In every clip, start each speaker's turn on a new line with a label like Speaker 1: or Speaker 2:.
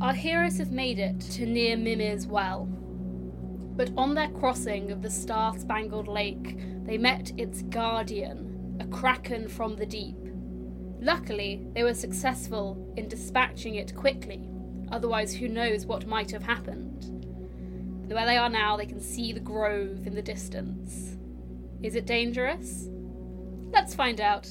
Speaker 1: Our heroes have made it to near Mimir's well. But on their crossing of the star spangled lake, they met its guardian, a kraken from the deep. Luckily, they were successful in dispatching it quickly, otherwise, who knows what might have happened. Where they are now, they can see the grove in the distance. Is it dangerous? Let's find out.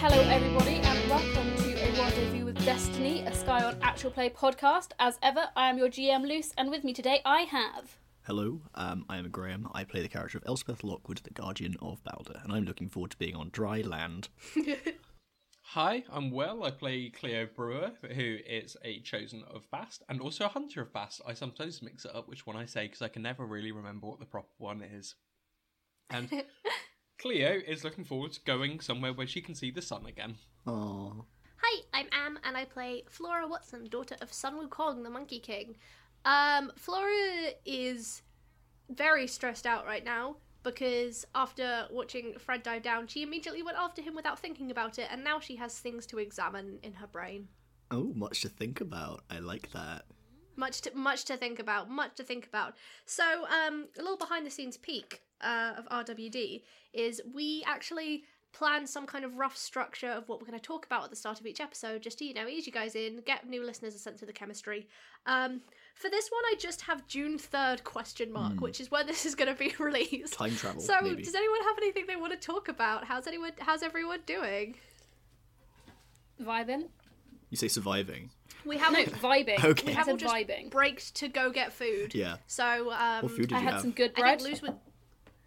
Speaker 1: Hello, everybody, and welcome to A Rendezvous with Destiny, a Sky on Actual Play podcast. As ever, I am your GM, Luce, and with me today I have.
Speaker 2: Hello, um, I am Graham. I play the character of Elspeth Lockwood, the Guardian of Balder, and I'm looking forward to being on dry land.
Speaker 3: Hi, I'm Will. I play Cleo Brewer, who is a chosen of Bast and also a hunter of Bast. I sometimes mix it up which one I say because I can never really remember what the proper one is. And Cleo is looking forward to going somewhere where she can see the sun again.
Speaker 2: Oh,
Speaker 4: Hi, I'm Am, and I play Flora Watson, daughter of Sun Wukong, the Monkey King. Um, Flora is very stressed out right now because after watching Fred dive down, she immediately went after him without thinking about it, and now she has things to examine in her brain.
Speaker 2: oh, much to think about. I like that.
Speaker 4: Much to much to think about, much to think about. So, um, a little behind the scenes peek uh, of RWD is we actually plan some kind of rough structure of what we're going to talk about at the start of each episode, just to you know ease you guys in, get new listeners a sense of the chemistry. Um, for this one, I just have June third question mark, which is when this is going to be released.
Speaker 2: Hmm. Time travel,
Speaker 4: So,
Speaker 2: maybe.
Speaker 4: does anyone have anything they want to talk about? How's anyone? How's everyone doing?
Speaker 1: Vibing?
Speaker 2: You say surviving.
Speaker 4: We have
Speaker 1: No,
Speaker 4: not
Speaker 1: vibing.
Speaker 2: Okay. We
Speaker 1: I
Speaker 2: have
Speaker 4: have
Speaker 1: said
Speaker 4: all just
Speaker 1: vibing.
Speaker 4: braked to go get food.
Speaker 2: Yeah.
Speaker 4: So, um,
Speaker 2: What food did
Speaker 1: I
Speaker 2: you
Speaker 1: had
Speaker 2: have?
Speaker 1: some good
Speaker 4: I
Speaker 1: bread.
Speaker 4: think Luce would.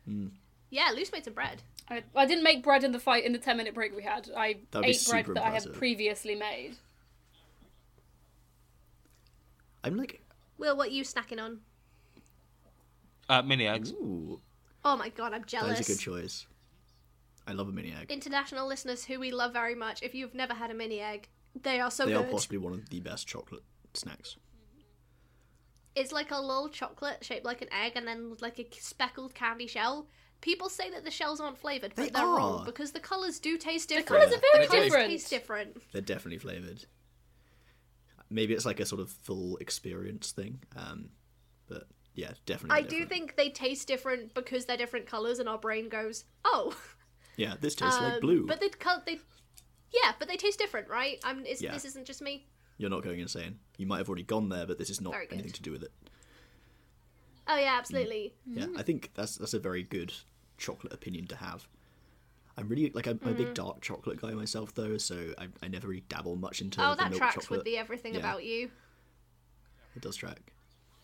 Speaker 2: Mm.
Speaker 4: Yeah, Luce made some bread.
Speaker 1: I, I didn't make bread in the fight in the ten minute break we had. I
Speaker 2: That'd be
Speaker 1: ate bread
Speaker 2: super
Speaker 1: that I had
Speaker 2: impressive.
Speaker 1: previously made.
Speaker 2: I'm like,
Speaker 4: Will, what are you snacking on?
Speaker 3: Uh, mini eggs.
Speaker 2: ooh,
Speaker 4: Oh my god, I'm
Speaker 2: that
Speaker 4: jealous.
Speaker 2: is a good choice. I love a mini egg.
Speaker 4: International listeners who we love very much, if you've never had a mini egg, they are so
Speaker 2: They are
Speaker 4: good.
Speaker 2: possibly one of the best chocolate snacks.
Speaker 4: It's like a little chocolate shaped like an egg and then with like a speckled candy shell. People say that the shells aren't flavored, but
Speaker 2: They
Speaker 4: are
Speaker 2: are.
Speaker 4: wrong because the colors do taste different.
Speaker 1: colours are very
Speaker 4: The colours
Speaker 1: different.
Speaker 4: taste different.
Speaker 2: They're definitely flavored. Maybe it's like a sort of full experience thing, um, but yeah, definitely.
Speaker 4: I do
Speaker 2: different.
Speaker 4: think they taste different because they're different colors, and our brain goes, "Oh."
Speaker 2: Yeah, this tastes like
Speaker 4: Um,
Speaker 2: blue.
Speaker 4: But they col- they, yeah, but they taste different, right? I'm. It's,
Speaker 2: Yeah.
Speaker 4: This isn't just me.
Speaker 2: You're not going insane. You might have already gone there, but this is not
Speaker 4: Very good.
Speaker 2: anything to do with it.
Speaker 4: Oh yeah,
Speaker 2: Mm.
Speaker 4: absolutely.
Speaker 2: Yeah, I think that's that's a very good chocolate opinion to have. I'm really like I'm, I'm a
Speaker 4: Mm.
Speaker 2: big dark chocolate guy myself though, so I, I never really dabble much into
Speaker 4: Oh,
Speaker 2: the
Speaker 4: that
Speaker 2: milk
Speaker 4: tracks
Speaker 2: chocolate.
Speaker 4: with the everything
Speaker 2: Yeah.
Speaker 4: about you.
Speaker 2: It does track.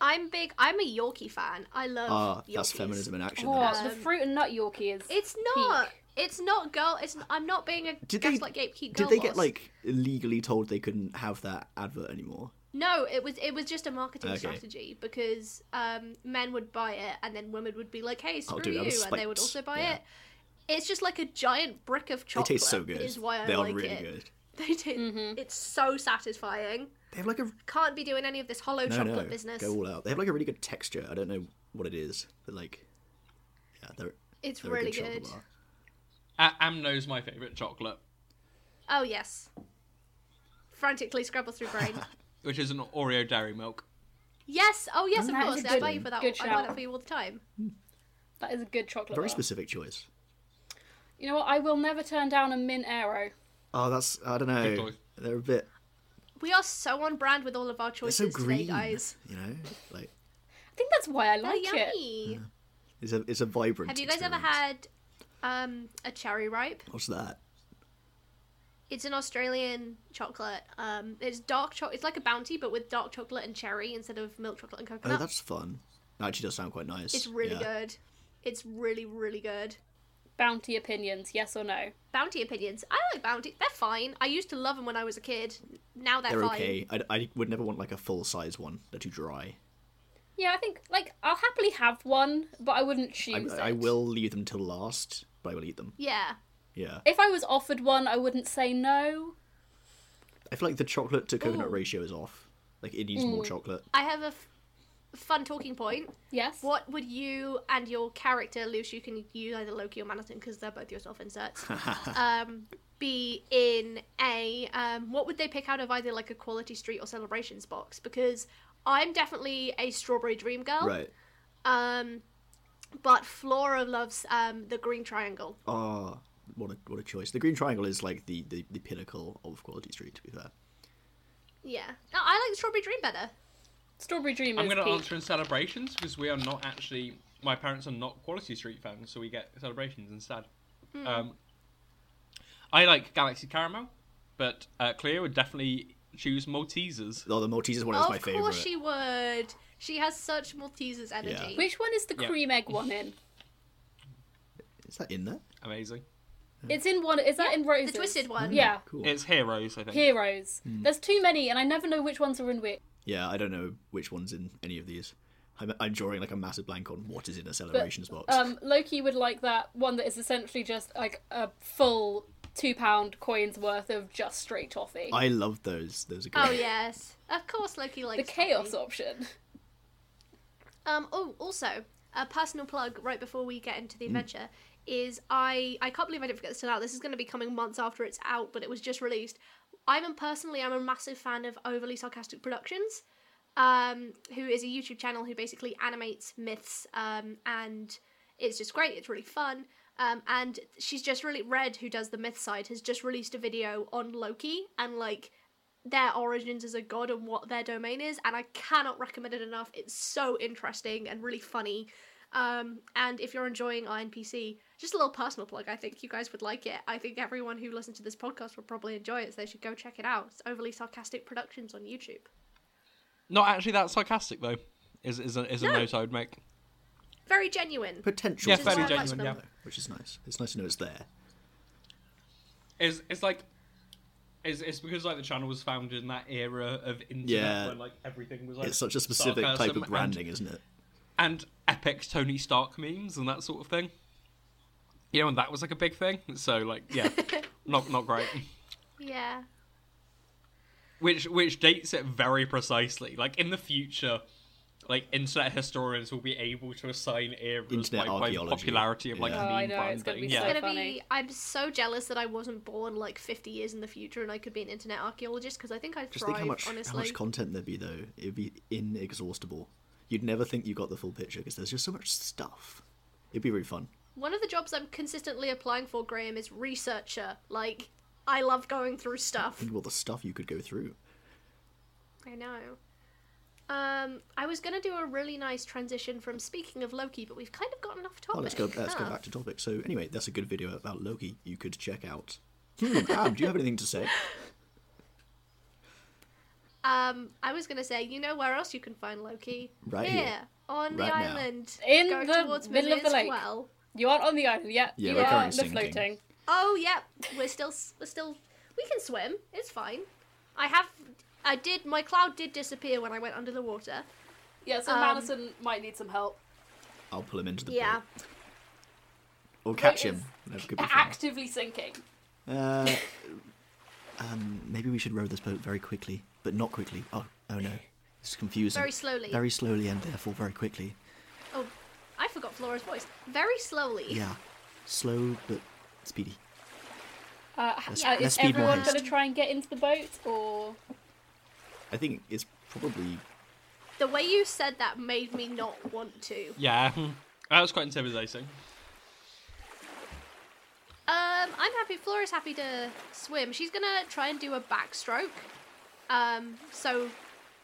Speaker 4: I'm big. I'm a Yorkie fan. I love.
Speaker 2: Ah, that's
Speaker 4: Yorkies.
Speaker 2: feminism in action.
Speaker 1: Oh,
Speaker 2: then.
Speaker 1: the fruit and nut Yorkie is.
Speaker 4: It's not. It's not girl. It's. I'm not being a
Speaker 2: Did they-
Speaker 4: gaslight gatekeep
Speaker 2: Did
Speaker 4: girl.
Speaker 2: they
Speaker 4: boss.
Speaker 2: get like legally told they couldn't have that advert anymore?
Speaker 4: No, it was. It was just a marketing
Speaker 2: Okay.
Speaker 4: strategy because um, men would buy it and then women would be like, "Hey, screw
Speaker 2: do it
Speaker 4: you,"
Speaker 2: out of
Speaker 4: and they would
Speaker 2: spite.
Speaker 4: also buy
Speaker 2: Yeah.
Speaker 4: it. It's just like a giant brick of
Speaker 2: They
Speaker 4: chocolate.
Speaker 2: taste so good.
Speaker 4: Is why I
Speaker 2: they are
Speaker 4: like
Speaker 2: really
Speaker 4: it.
Speaker 2: good.
Speaker 4: They taste. It's so satisfying.
Speaker 2: They have like a
Speaker 4: Can't be doing any of this hollow
Speaker 2: no
Speaker 4: chocolate
Speaker 2: no
Speaker 4: business.
Speaker 2: go all out. They have like a really good texture. I don't know what it is, but like yeah, they're
Speaker 4: It's
Speaker 2: they're
Speaker 4: really
Speaker 2: a good, chocolate
Speaker 4: good.
Speaker 2: bar.
Speaker 3: A- Am knows my favourite chocolate,
Speaker 4: Oh yes. Frantically scrabble through brain.
Speaker 3: which is an Oreo dairy milk.
Speaker 4: yes. Oh yes, of
Speaker 1: That is
Speaker 4: course.
Speaker 1: a
Speaker 4: I
Speaker 1: good-
Speaker 4: buy you for that.
Speaker 1: good
Speaker 4: I buy
Speaker 1: shout.
Speaker 4: that for you all the time.
Speaker 1: That is a good chocolate.
Speaker 2: Very
Speaker 1: bar.
Speaker 2: specific choice.
Speaker 1: You know what? I will never turn down a mint arrow.
Speaker 2: Oh, that's I don't
Speaker 3: Good
Speaker 2: know.
Speaker 3: choice.
Speaker 2: They're a bit
Speaker 4: We are so on brand with all of our
Speaker 2: It's
Speaker 4: choices
Speaker 2: so green,
Speaker 4: today, guys.
Speaker 2: you know. Like
Speaker 1: I think that's why I
Speaker 4: They're
Speaker 1: like it.
Speaker 4: yummy.
Speaker 2: it's a it's a vibrant.
Speaker 4: Have you guys ever
Speaker 2: experience.
Speaker 4: had um, a cherry ripe?
Speaker 2: What's that?
Speaker 4: It's an Australian chocolate. Um, it's dark chocolate. It's like a bounty, but with dark chocolate and cherry instead of milk chocolate and
Speaker 2: Oh,
Speaker 4: coconut.
Speaker 2: that's fun. That actually does sound quite nice.
Speaker 4: it's really
Speaker 2: yeah.
Speaker 4: good. It's really, really good.
Speaker 1: Bounty opinions, yes or no?
Speaker 4: Bounty opinions. I like bounty. They're fine. I used to love them when I was a kid. Now they're,
Speaker 2: They're
Speaker 4: fine.
Speaker 2: okay. I, I would never want like a full size one. They're too dry.
Speaker 1: Yeah, I think like I'll happily have one, but I wouldn't
Speaker 2: I,
Speaker 1: choose.
Speaker 2: I
Speaker 1: it.
Speaker 2: will leave them till last, but I will eat them.
Speaker 4: Yeah.
Speaker 2: Yeah.
Speaker 1: If I was offered one, I wouldn't say no.
Speaker 2: I feel like the chocolate to coconut
Speaker 4: Ooh. Mm.
Speaker 2: ratio is off. Like it needs more chocolate.
Speaker 4: I have a f- fun talking point.
Speaker 1: Yes.
Speaker 4: What would you and your character, Luce, you can use either Loki or Manhattan because they're both your self inserts, um, be in a. Um, what would they pick out of either like a quality street or celebrations box? Because I'm definitely a strawberry dream girl.
Speaker 2: Right.
Speaker 4: Um, but Flora loves um, the green triangle.
Speaker 2: Ah, what a what a choice. The Green Triangle is like the, the, the pinnacle of Quality Street. To be fair,
Speaker 4: Yeah. No, I like the strawberry dream better.
Speaker 1: Strawberry Dream
Speaker 3: I'm
Speaker 1: is
Speaker 3: going to
Speaker 1: peak.
Speaker 3: answer in celebrations because we are not actually. My parents are not Quality Street fans, so we get celebrations instead. Um, I like Galaxy Caramel, but uh, Cleo would definitely choose Maltesers.
Speaker 2: oh, the Maltesers one is
Speaker 4: of
Speaker 2: my favorite.
Speaker 4: course she would. She has such Maltesers energy.
Speaker 1: Which one is the
Speaker 3: Yeah.
Speaker 1: cream egg one in?
Speaker 2: Is that in there?
Speaker 3: Amazing.
Speaker 1: It's in one. Is that in Roses?
Speaker 4: The twisted
Speaker 2: Mm-hmm.
Speaker 4: one.
Speaker 1: Yeah.
Speaker 2: Cool.
Speaker 3: It's Heroes, I think.
Speaker 1: Heroes.
Speaker 2: Hmm.
Speaker 1: There's too many, and I never know which ones are in which.
Speaker 2: Yeah, I don't know which one's in any of these. I'm, I'm drawing like a massive blank on what is in a celebrations box.
Speaker 1: Um, Loki would like that one that is essentially just like a full two pound coins worth of just straight toffee.
Speaker 2: I love those. Those are good.
Speaker 4: Oh yes, of course Loki likes
Speaker 1: the chaos
Speaker 4: Poppy.
Speaker 1: option.
Speaker 4: Um. Oh, also a personal plug right before we get into the
Speaker 1: Mm.
Speaker 4: adventure is I I can't believe I didn't forget this till now. This is going to be coming months after it's out, but it was just released. I'm a- personally I'm a massive fan of Overly Sarcastic Productions, um, who is a YouTube channel who basically animates myths, um, and it's just great. It's really fun. Um, and she's just really Red, who does the myth side, has just released a video on Loki and like their origins as a god and what their domain is, and I cannot recommend it enough. It's so interesting and really funny. Um, and if you're enjoying INPC, just a little personal plug, I think you guys would like it. I think everyone who listens to this podcast will probably enjoy it, so they should go check it out. It's Overly Sarcastic Productions on YouTube.
Speaker 3: Not actually that sarcastic, though, is, is, a, is a
Speaker 4: No.
Speaker 3: note I would make.
Speaker 4: Very genuine.
Speaker 2: Potential.
Speaker 3: Yeah,
Speaker 2: for
Speaker 4: fairly
Speaker 2: something,
Speaker 4: genuine,
Speaker 3: yeah.
Speaker 2: though, Which is nice. It's nice to know it's there.
Speaker 3: It's, it's like. It's, it's because like the channel was founded in that era of internet
Speaker 2: Yeah.
Speaker 3: where like everything was like
Speaker 2: It's such a specific type
Speaker 3: sarcasm
Speaker 2: of
Speaker 3: and-
Speaker 2: branding, isn't it?
Speaker 3: and epic Tony Stark memes and that sort of thing. You know, and that was like a big thing. So like, yeah, not not great.
Speaker 4: Yeah.
Speaker 3: Which which dates it very precisely. Like in the future, like internet historians will be able to assign eras like,
Speaker 2: Internet
Speaker 3: by the
Speaker 2: archaeology.
Speaker 3: popularity of like
Speaker 2: Yeah.
Speaker 1: Oh, I
Speaker 3: meme
Speaker 1: know, it's gonna
Speaker 3: branding.
Speaker 1: be
Speaker 3: yeah.
Speaker 1: so-
Speaker 4: It's gonna
Speaker 1: funny.
Speaker 4: be. I'm so jealous that I wasn't born like 50 years in the future and I could be an internet archaeologist because I think I'd
Speaker 2: Just
Speaker 4: thrive.
Speaker 2: think how much
Speaker 4: honestly,
Speaker 2: how much content there'd be though. It'd be inexhaustible. You'd never think you got the full picture because there's just so much stuff. It'd be really fun.
Speaker 4: One of the jobs I'm consistently applying for, Graham, is researcher. Like, I love going through stuff.
Speaker 2: Think of all the stuff you could go through.
Speaker 4: I know. Um, I was gonna do a really nice transition from speaking of Loki, but we've kind of gotten off topic.
Speaker 2: Oh, let's go. Let's go
Speaker 4: Ah.
Speaker 2: back to topic. So anyway, that's a good video about Loki. You could check out. Hmm, Ab, do you have anything to say?
Speaker 4: Um, I was gonna say, you know where else you can find Loki?
Speaker 2: Right
Speaker 4: here,
Speaker 2: here.
Speaker 4: on
Speaker 2: Right
Speaker 4: the
Speaker 2: now.
Speaker 4: island,
Speaker 1: In
Speaker 4: go
Speaker 1: the
Speaker 4: towards
Speaker 1: middle of the
Speaker 4: Millier's
Speaker 1: lake.
Speaker 4: Well.
Speaker 1: You aren't on the island yet.
Speaker 2: Yeah,
Speaker 1: you
Speaker 2: we're
Speaker 1: are
Speaker 2: currently
Speaker 1: the
Speaker 2: sinking.
Speaker 1: floating.
Speaker 4: Oh, yep. We're still, we're still, we can swim. It's fine. I have, I did. My cloud did disappear when I went under the water.
Speaker 1: Yeah, so
Speaker 4: Um,
Speaker 1: Madison might need some help.
Speaker 2: I'll pull him into the
Speaker 4: Yeah.
Speaker 2: boat. or catch
Speaker 1: Boat
Speaker 2: him. That could be fun.
Speaker 1: Actively sinking.
Speaker 2: Uh, um, maybe we should row this boat very quickly, but not quickly. Oh, oh no, it's confusing.
Speaker 4: Very slowly.
Speaker 2: Very slowly and therefore very quickly.
Speaker 4: Oh, I forgot Flora's voice. Very slowly.
Speaker 2: Yeah, slow but speedy.
Speaker 1: Uh,
Speaker 2: Let's-
Speaker 1: uh,
Speaker 2: let's
Speaker 1: is
Speaker 2: be more
Speaker 1: everyone
Speaker 2: honest.
Speaker 1: going to try and get into the boat, or
Speaker 2: I think it's probably
Speaker 4: The way you said that made me not want to.
Speaker 3: yeah, that was quite intimidating.
Speaker 4: Um, I'm happy. Flora's happy to swim. She's gonna try and do a backstroke. Um, so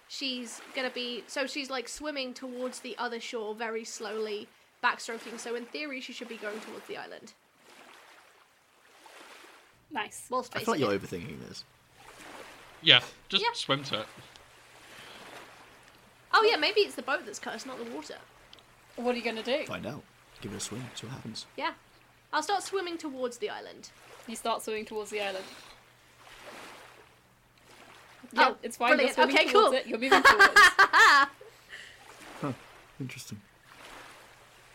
Speaker 4: she's gonna be so she's like swimming towards the other shore very slowly, backstroking. So in theory, she should be going towards the island.
Speaker 1: nice?
Speaker 4: Whilst
Speaker 2: I feel like
Speaker 4: facing
Speaker 2: you're
Speaker 4: it.
Speaker 2: overthinking this.
Speaker 3: Yeah, just
Speaker 4: Yeah.
Speaker 3: swim to it.
Speaker 4: Oh yeah, maybe it's the boat that's cursed, not the water.
Speaker 1: What are you going to do?
Speaker 2: Find out. Give it a swim. See what happens.
Speaker 4: Yeah, I'll start swimming towards the island.
Speaker 1: You start swimming towards the island. Yeah,
Speaker 4: Oh,
Speaker 1: it's fine. You're
Speaker 4: brilliant.
Speaker 1: swimming
Speaker 4: Okay,
Speaker 1: towards
Speaker 4: cool.
Speaker 1: it. You're moving towards.
Speaker 2: Huh. Interesting.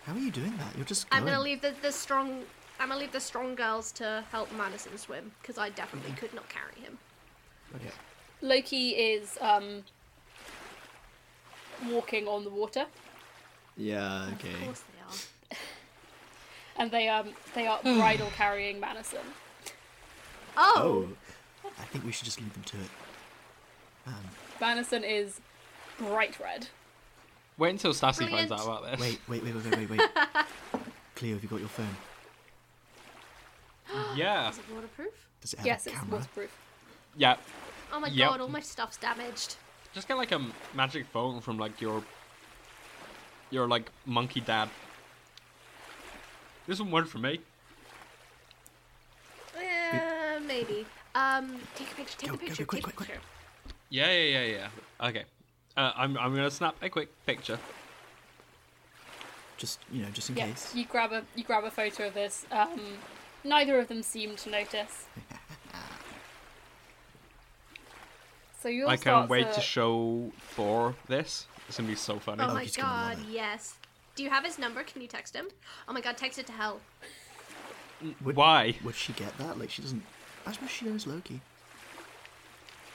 Speaker 2: How are you doing that? You're just.
Speaker 4: I'm gonna
Speaker 2: glowing.
Speaker 4: leave the, the strong I'm gonna leave the strong girls to help Madison swim because I definitely
Speaker 2: Mm-hmm.
Speaker 4: could not carry him.
Speaker 2: Okay.
Speaker 1: Loki is um, walking on the water,
Speaker 2: Yeah.
Speaker 4: Of
Speaker 2: Okay.
Speaker 4: course they are.
Speaker 1: and they um, they are
Speaker 4: Hmm.
Speaker 1: bridle carrying Madison.
Speaker 4: Oh,
Speaker 2: Oh, I think we should just leave them to it. Um,
Speaker 1: Madison is bright red.
Speaker 3: Wait until Stassi
Speaker 4: Brilliant.
Speaker 3: finds out about this.
Speaker 2: wait, wait, wait, wait, wait, wait, wait. Cleo, have you got your phone?
Speaker 3: Yeah.
Speaker 4: Oh! is it waterproof?
Speaker 2: Does it have
Speaker 1: yes,
Speaker 2: a
Speaker 1: it's
Speaker 2: camera?
Speaker 1: waterproof.
Speaker 3: Yeah.
Speaker 4: Oh my
Speaker 3: Yep.
Speaker 4: god, all my stuff's damaged.
Speaker 3: Just get like a magic phone from like your your like monkey dad. This one worked for me.
Speaker 4: Uh, maybe. Um, take a picture. Take
Speaker 2: Go,
Speaker 4: a
Speaker 2: go, go,
Speaker 4: picture.
Speaker 2: quick,
Speaker 4: take
Speaker 2: quick,
Speaker 4: a
Speaker 2: quick.
Speaker 4: picture.
Speaker 3: Yeah, yeah, yeah, yeah. Okay. Uh, I'm I'm gonna snap a quick picture.
Speaker 2: Just you know, just in
Speaker 1: Yes,
Speaker 2: case.
Speaker 1: you grab a you grab a photo of this. Um, neither of them seem to notice. So you'll
Speaker 3: I
Speaker 1: start
Speaker 3: can't wait
Speaker 1: to- Um,
Speaker 3: to show Thor this. It's gonna be so funny.
Speaker 4: Oh my
Speaker 2: he's gonna love
Speaker 4: god,
Speaker 2: it.
Speaker 4: yes. Do you have his number? Can you text him? Oh my god, text it to hell.
Speaker 2: Would-
Speaker 3: Why?
Speaker 2: Would she get that? Like she doesn't. I suppose she knows Loki.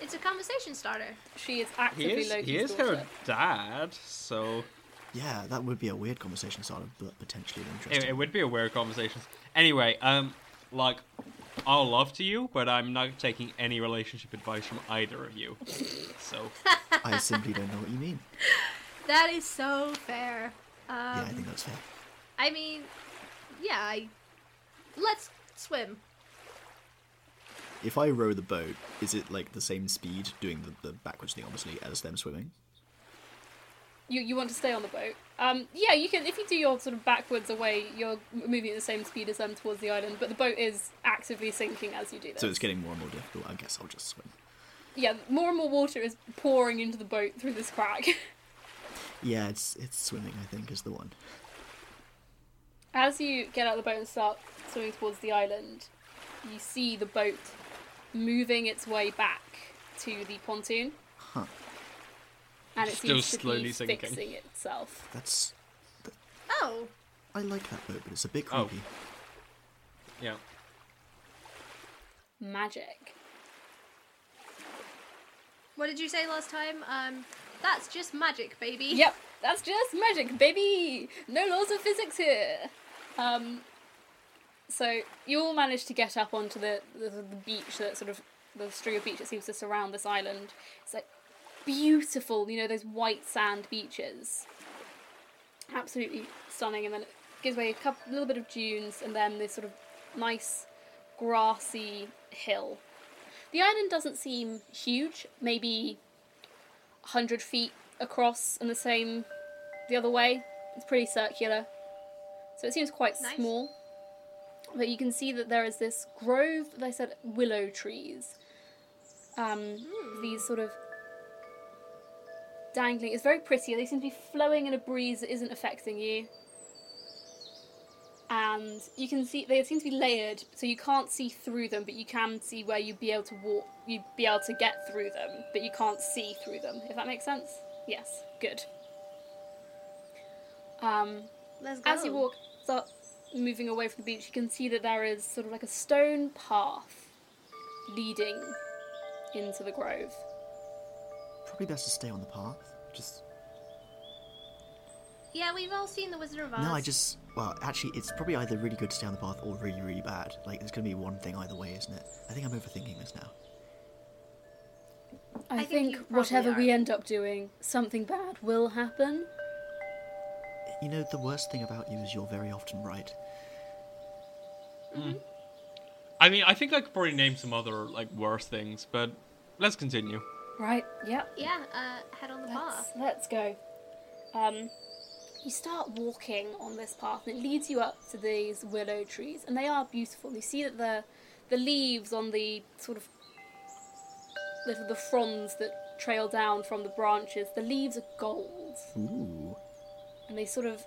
Speaker 4: It's a conversation starter.
Speaker 1: She is
Speaker 3: He
Speaker 1: actively
Speaker 3: is
Speaker 1: Loki's
Speaker 3: he is
Speaker 1: daughter.
Speaker 3: her dad, so
Speaker 2: Yeah, that would be a weird conversation starter, but potentially an
Speaker 3: it,
Speaker 2: interesting.
Speaker 3: it would be a weird conversation. Anyway, um, like, I'll love to you, but I'm not taking any relationship advice from either of you. So
Speaker 2: I simply don't know what you mean.
Speaker 4: That is so fair. Um,
Speaker 2: Yeah, I think that's fair.
Speaker 4: I mean, yeah, I. Let's swim.
Speaker 2: If I row the boat, is it like the same speed doing the, the backwards thing, obviously, as them swimming?
Speaker 1: You you want to stay on the boat? Um, yeah, you can if you do your sort of backwards away. You're m- moving at the same speed as them towards the island, but the boat is actively sinking as you do this.
Speaker 2: So it's getting more and more difficult. I guess I'll just swim.
Speaker 1: yeah, more and more water is pouring into the boat through this crack.
Speaker 2: Yeah, it's it's swimming. I think is the one.
Speaker 1: As you get out of the boat and start swimming towards the island, you see the boat moving its way back to the pontoon.
Speaker 2: Huh.
Speaker 1: And it
Speaker 3: Still
Speaker 1: seems to
Speaker 3: slowly
Speaker 1: be
Speaker 3: sinking.
Speaker 1: fixing itself.
Speaker 2: That's.
Speaker 4: Oh,
Speaker 2: I like that boat, but it's a bit
Speaker 3: Oh.
Speaker 2: creepy.
Speaker 3: yeah,
Speaker 1: Magic.
Speaker 4: what did you say last time? Um, that's just magic, baby.
Speaker 1: Yep, that's just magic, baby! No laws of physics here! Um, so you all manage to get up onto the, the, the beach, that sort of the string of beach that seems to surround this island. It's like beautiful, you know, those white sand beaches. Absolutely stunning, and then it gives way a couple, little bit of dunes, and then this sort of nice grassy hill. The island doesn't seem huge, maybe 100 feet across and the same the other way. It's pretty circular. So it seems quite
Speaker 4: Nice.
Speaker 1: small. But you can see that there is this grove, they said willow trees. Um, These sort of dangling. It's very pretty. They seem to be flowing in a breeze that isn't affecting you. And you can see they seem to be layered, so you can't see through them, but you can see where you'd be able to walk. You'd be able to get through them, but you can't see through them. If that makes sense? Yes. Good. Um,
Speaker 4: Let's go.
Speaker 1: as you walk, start moving away from the beach, you can see that there is sort of like a stone path leading into the grove.
Speaker 2: Probably best to stay on the path. Just
Speaker 4: Yeah, we've all seen The Wizard of Oz.
Speaker 2: no, I just. Well, actually, it's probably either really good to stay on the path or really, really bad. Like, there's gonna be one thing either way, isn't it? I think I'm overthinking this now.
Speaker 1: I,
Speaker 4: I think
Speaker 1: think,
Speaker 4: you probably
Speaker 1: whatever we
Speaker 4: are.
Speaker 1: end up doing, something bad will happen.
Speaker 2: You know, the worst thing about you is you're very often right.
Speaker 3: I mean, I think I could probably name some other like worse things, but let's continue.
Speaker 1: Right? Yep.
Speaker 4: Yeah, uh, head on the
Speaker 1: Let's,
Speaker 4: path.
Speaker 1: let's go. Um, you start walking on this path, and it leads you up to these willow trees, and they are beautiful. You see that the the leaves on the sort of the, the fronds that trail down from the branches, the leaves are gold,
Speaker 2: Ooh.
Speaker 1: and they sort of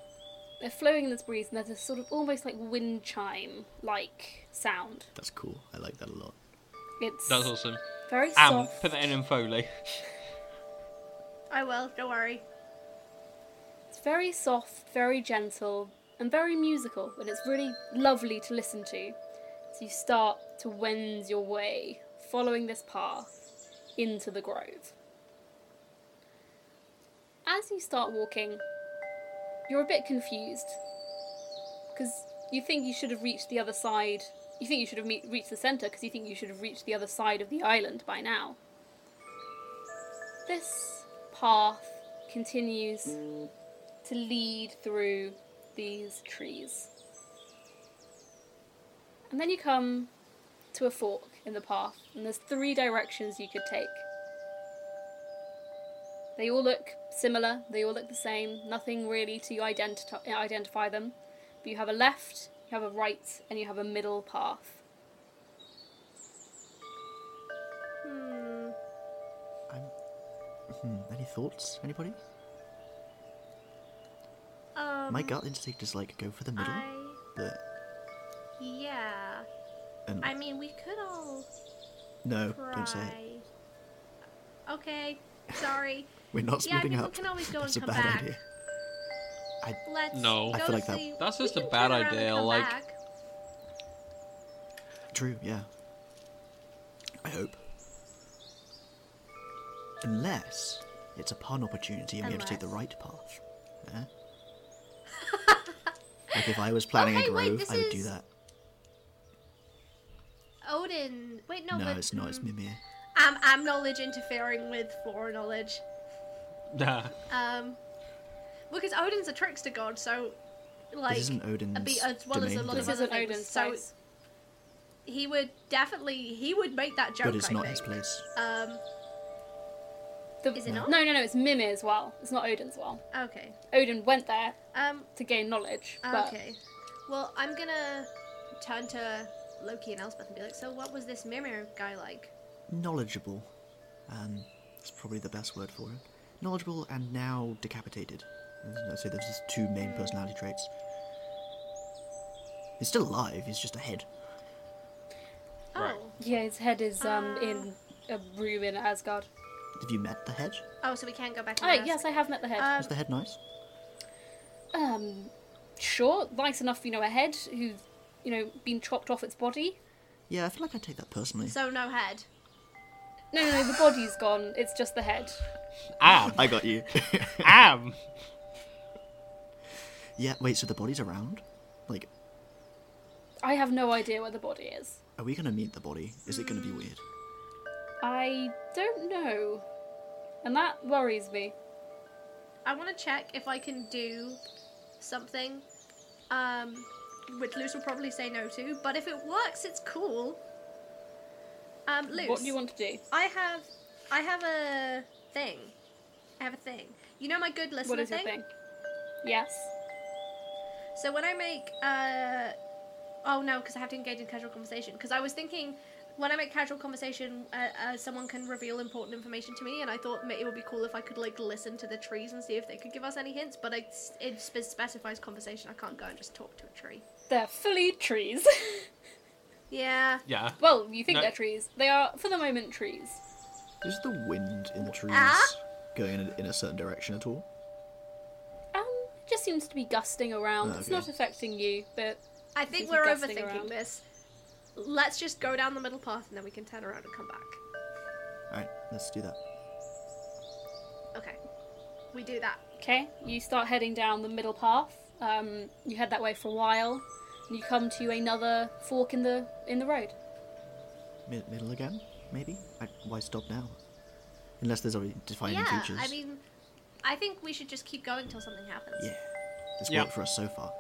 Speaker 1: they're flowing in this breeze, and there's a sort of almost like wind chime like sound.
Speaker 2: That's cool. I like that a lot.
Speaker 1: It's
Speaker 3: That's awesome.
Speaker 1: very
Speaker 3: Um,
Speaker 1: soft.
Speaker 3: put that in in Foley.
Speaker 4: I will. Don't worry.
Speaker 1: It's very soft, very gentle, and very musical, and it's really lovely to listen to. So you start to wend your way following this path into the grove. As you start walking, you're a bit confused because you think you should have reached the other side. You think you should have meet, reached the centre because you think you should have reached the other side of the island by now. This path continues to lead through these trees. And then you come to a fork in the path, and there's three directions you could take. They all look similar, they all look the same, nothing really to identi- identify them. But you have a left, you have a right, and you have a middle path.
Speaker 4: Hmm.
Speaker 2: I'm... Hmm, any thoughts? Anybody?
Speaker 4: Um,
Speaker 2: My gut instinct is like go for the middle,
Speaker 4: I.
Speaker 2: but
Speaker 4: Yeah.
Speaker 2: and
Speaker 4: I mean, we could all
Speaker 2: no,
Speaker 4: try.
Speaker 2: don't say it.
Speaker 4: Okay. Sorry.
Speaker 2: We're not
Speaker 4: yeah, I
Speaker 2: splitting
Speaker 4: mean,
Speaker 2: up.
Speaker 4: we can always go
Speaker 2: That's
Speaker 4: and
Speaker 2: a
Speaker 4: come
Speaker 2: bad
Speaker 4: back.
Speaker 2: idea.
Speaker 4: Let's.
Speaker 3: No. I
Speaker 4: go
Speaker 2: feel like that-
Speaker 4: see-
Speaker 3: That's
Speaker 4: we
Speaker 3: just a
Speaker 4: can
Speaker 3: bad
Speaker 4: turn around and
Speaker 3: idea,
Speaker 4: come
Speaker 3: like-
Speaker 4: back.
Speaker 2: True, yeah. I hope. Unless it's a pun opportunity and we have to take the
Speaker 4: Unless.
Speaker 2: right path. Eh? like if I was planning
Speaker 4: Okay,
Speaker 2: a
Speaker 4: wait,
Speaker 2: grove,
Speaker 4: this
Speaker 2: I would do
Speaker 4: is-
Speaker 2: that.
Speaker 4: Odin. Wait, no.
Speaker 2: No,
Speaker 4: but,
Speaker 2: it's not. It's
Speaker 4: mm,
Speaker 2: Mimir.
Speaker 4: I'm, I'm knowledge interfering with flora knowledge.
Speaker 3: Nah.
Speaker 4: Um, because Odin's a trickster god, so like
Speaker 2: this isn't Odin's
Speaker 4: a bit- as well as a
Speaker 2: domain,
Speaker 4: lot
Speaker 2: though.
Speaker 4: of
Speaker 1: This
Speaker 4: other
Speaker 1: isn't
Speaker 4: things,
Speaker 1: Odin's
Speaker 4: so-
Speaker 1: place.
Speaker 4: he would definitely he would make that joke.
Speaker 2: but it's
Speaker 4: I
Speaker 2: not
Speaker 4: think.
Speaker 2: his place.
Speaker 4: Um,
Speaker 1: The-
Speaker 4: Is it
Speaker 1: no,
Speaker 4: not?
Speaker 1: no, no. It's Mimir's well. It's not Odin's well.
Speaker 4: okay.
Speaker 1: Odin went there
Speaker 4: Um,
Speaker 1: to gain knowledge, but
Speaker 4: Ah, okay. Well, I'm gonna turn to Loki and Elspeth and be like, so what was this Mimir guy like?
Speaker 2: Knowledgeable. Um, it's probably the best word for it. Knowledgeable and now decapitated. I'd say there's just two main personality traits. He's still alive. He's just a head.
Speaker 3: Right.
Speaker 4: Oh,
Speaker 1: yeah, his head is um
Speaker 4: Ah.
Speaker 1: in a room in Asgard.
Speaker 2: Have you met the head?
Speaker 4: oh, so we can't go back.
Speaker 1: Oh
Speaker 4: And ask.
Speaker 1: yes, I have met the head.
Speaker 4: Um,
Speaker 2: Is the head nice?
Speaker 1: um, short, nice enough, you know, a head who's, you know, been chopped off its body.
Speaker 2: Yeah, I feel like I take that personally.
Speaker 4: So no head.
Speaker 1: No, no, no, the body's gone. It's just the head.
Speaker 3: Am.
Speaker 2: I got you.
Speaker 3: Am.
Speaker 2: yeah, wait, so the body's around? Like,
Speaker 1: I have no idea where the body is.
Speaker 2: are we gonna meet the body? Is it gonna be weird?
Speaker 1: I don't know, and that worries me.
Speaker 4: I want to check if I can do something, um, which Luce will probably say no to. But if it works, it's cool. Um, Luce,
Speaker 1: What do you want to do?
Speaker 4: I have, I have a thing. I have a thing. You know my good listener
Speaker 1: what is your thing? Yes.
Speaker 4: So when I make, uh, oh no, because I have to engage in casual conversation. Because I was thinking, when I make casual conversation, uh, uh, someone can reveal important information to me, and I thought ma- it would be cool if I could like listen to the trees and see if they could give us any hints. But I, it spe- specifies conversation. I can't go and just talk to a tree.
Speaker 1: They're fully trees.
Speaker 4: Yeah.
Speaker 3: Yeah.
Speaker 1: well, you think
Speaker 3: No.
Speaker 1: they're trees. They are, for the moment, trees.
Speaker 2: Is the wind in the trees
Speaker 4: Ah?
Speaker 2: going in a, in a certain direction at all?
Speaker 1: Um, it just seems to be gusting around. It's
Speaker 2: Okay.
Speaker 1: not affecting you, but
Speaker 4: I think
Speaker 1: Keep
Speaker 4: we're
Speaker 1: dusting
Speaker 4: overthinking
Speaker 1: around.
Speaker 4: this. Let's just go down the middle path, and then we can turn around and come back.
Speaker 2: Alright, let's do that.
Speaker 4: Okay. We do that.
Speaker 1: Okay, you start heading down the middle path. Um, you head that way for a while, and you come to another fork in the in the road.
Speaker 2: Mid- middle again, maybe? I, why stop now? Unless there's already defining
Speaker 4: yeah.
Speaker 2: features.
Speaker 4: I mean, I think we should just keep going till something happens.
Speaker 2: yeah, it's
Speaker 3: Yeah.
Speaker 2: worked for us so far.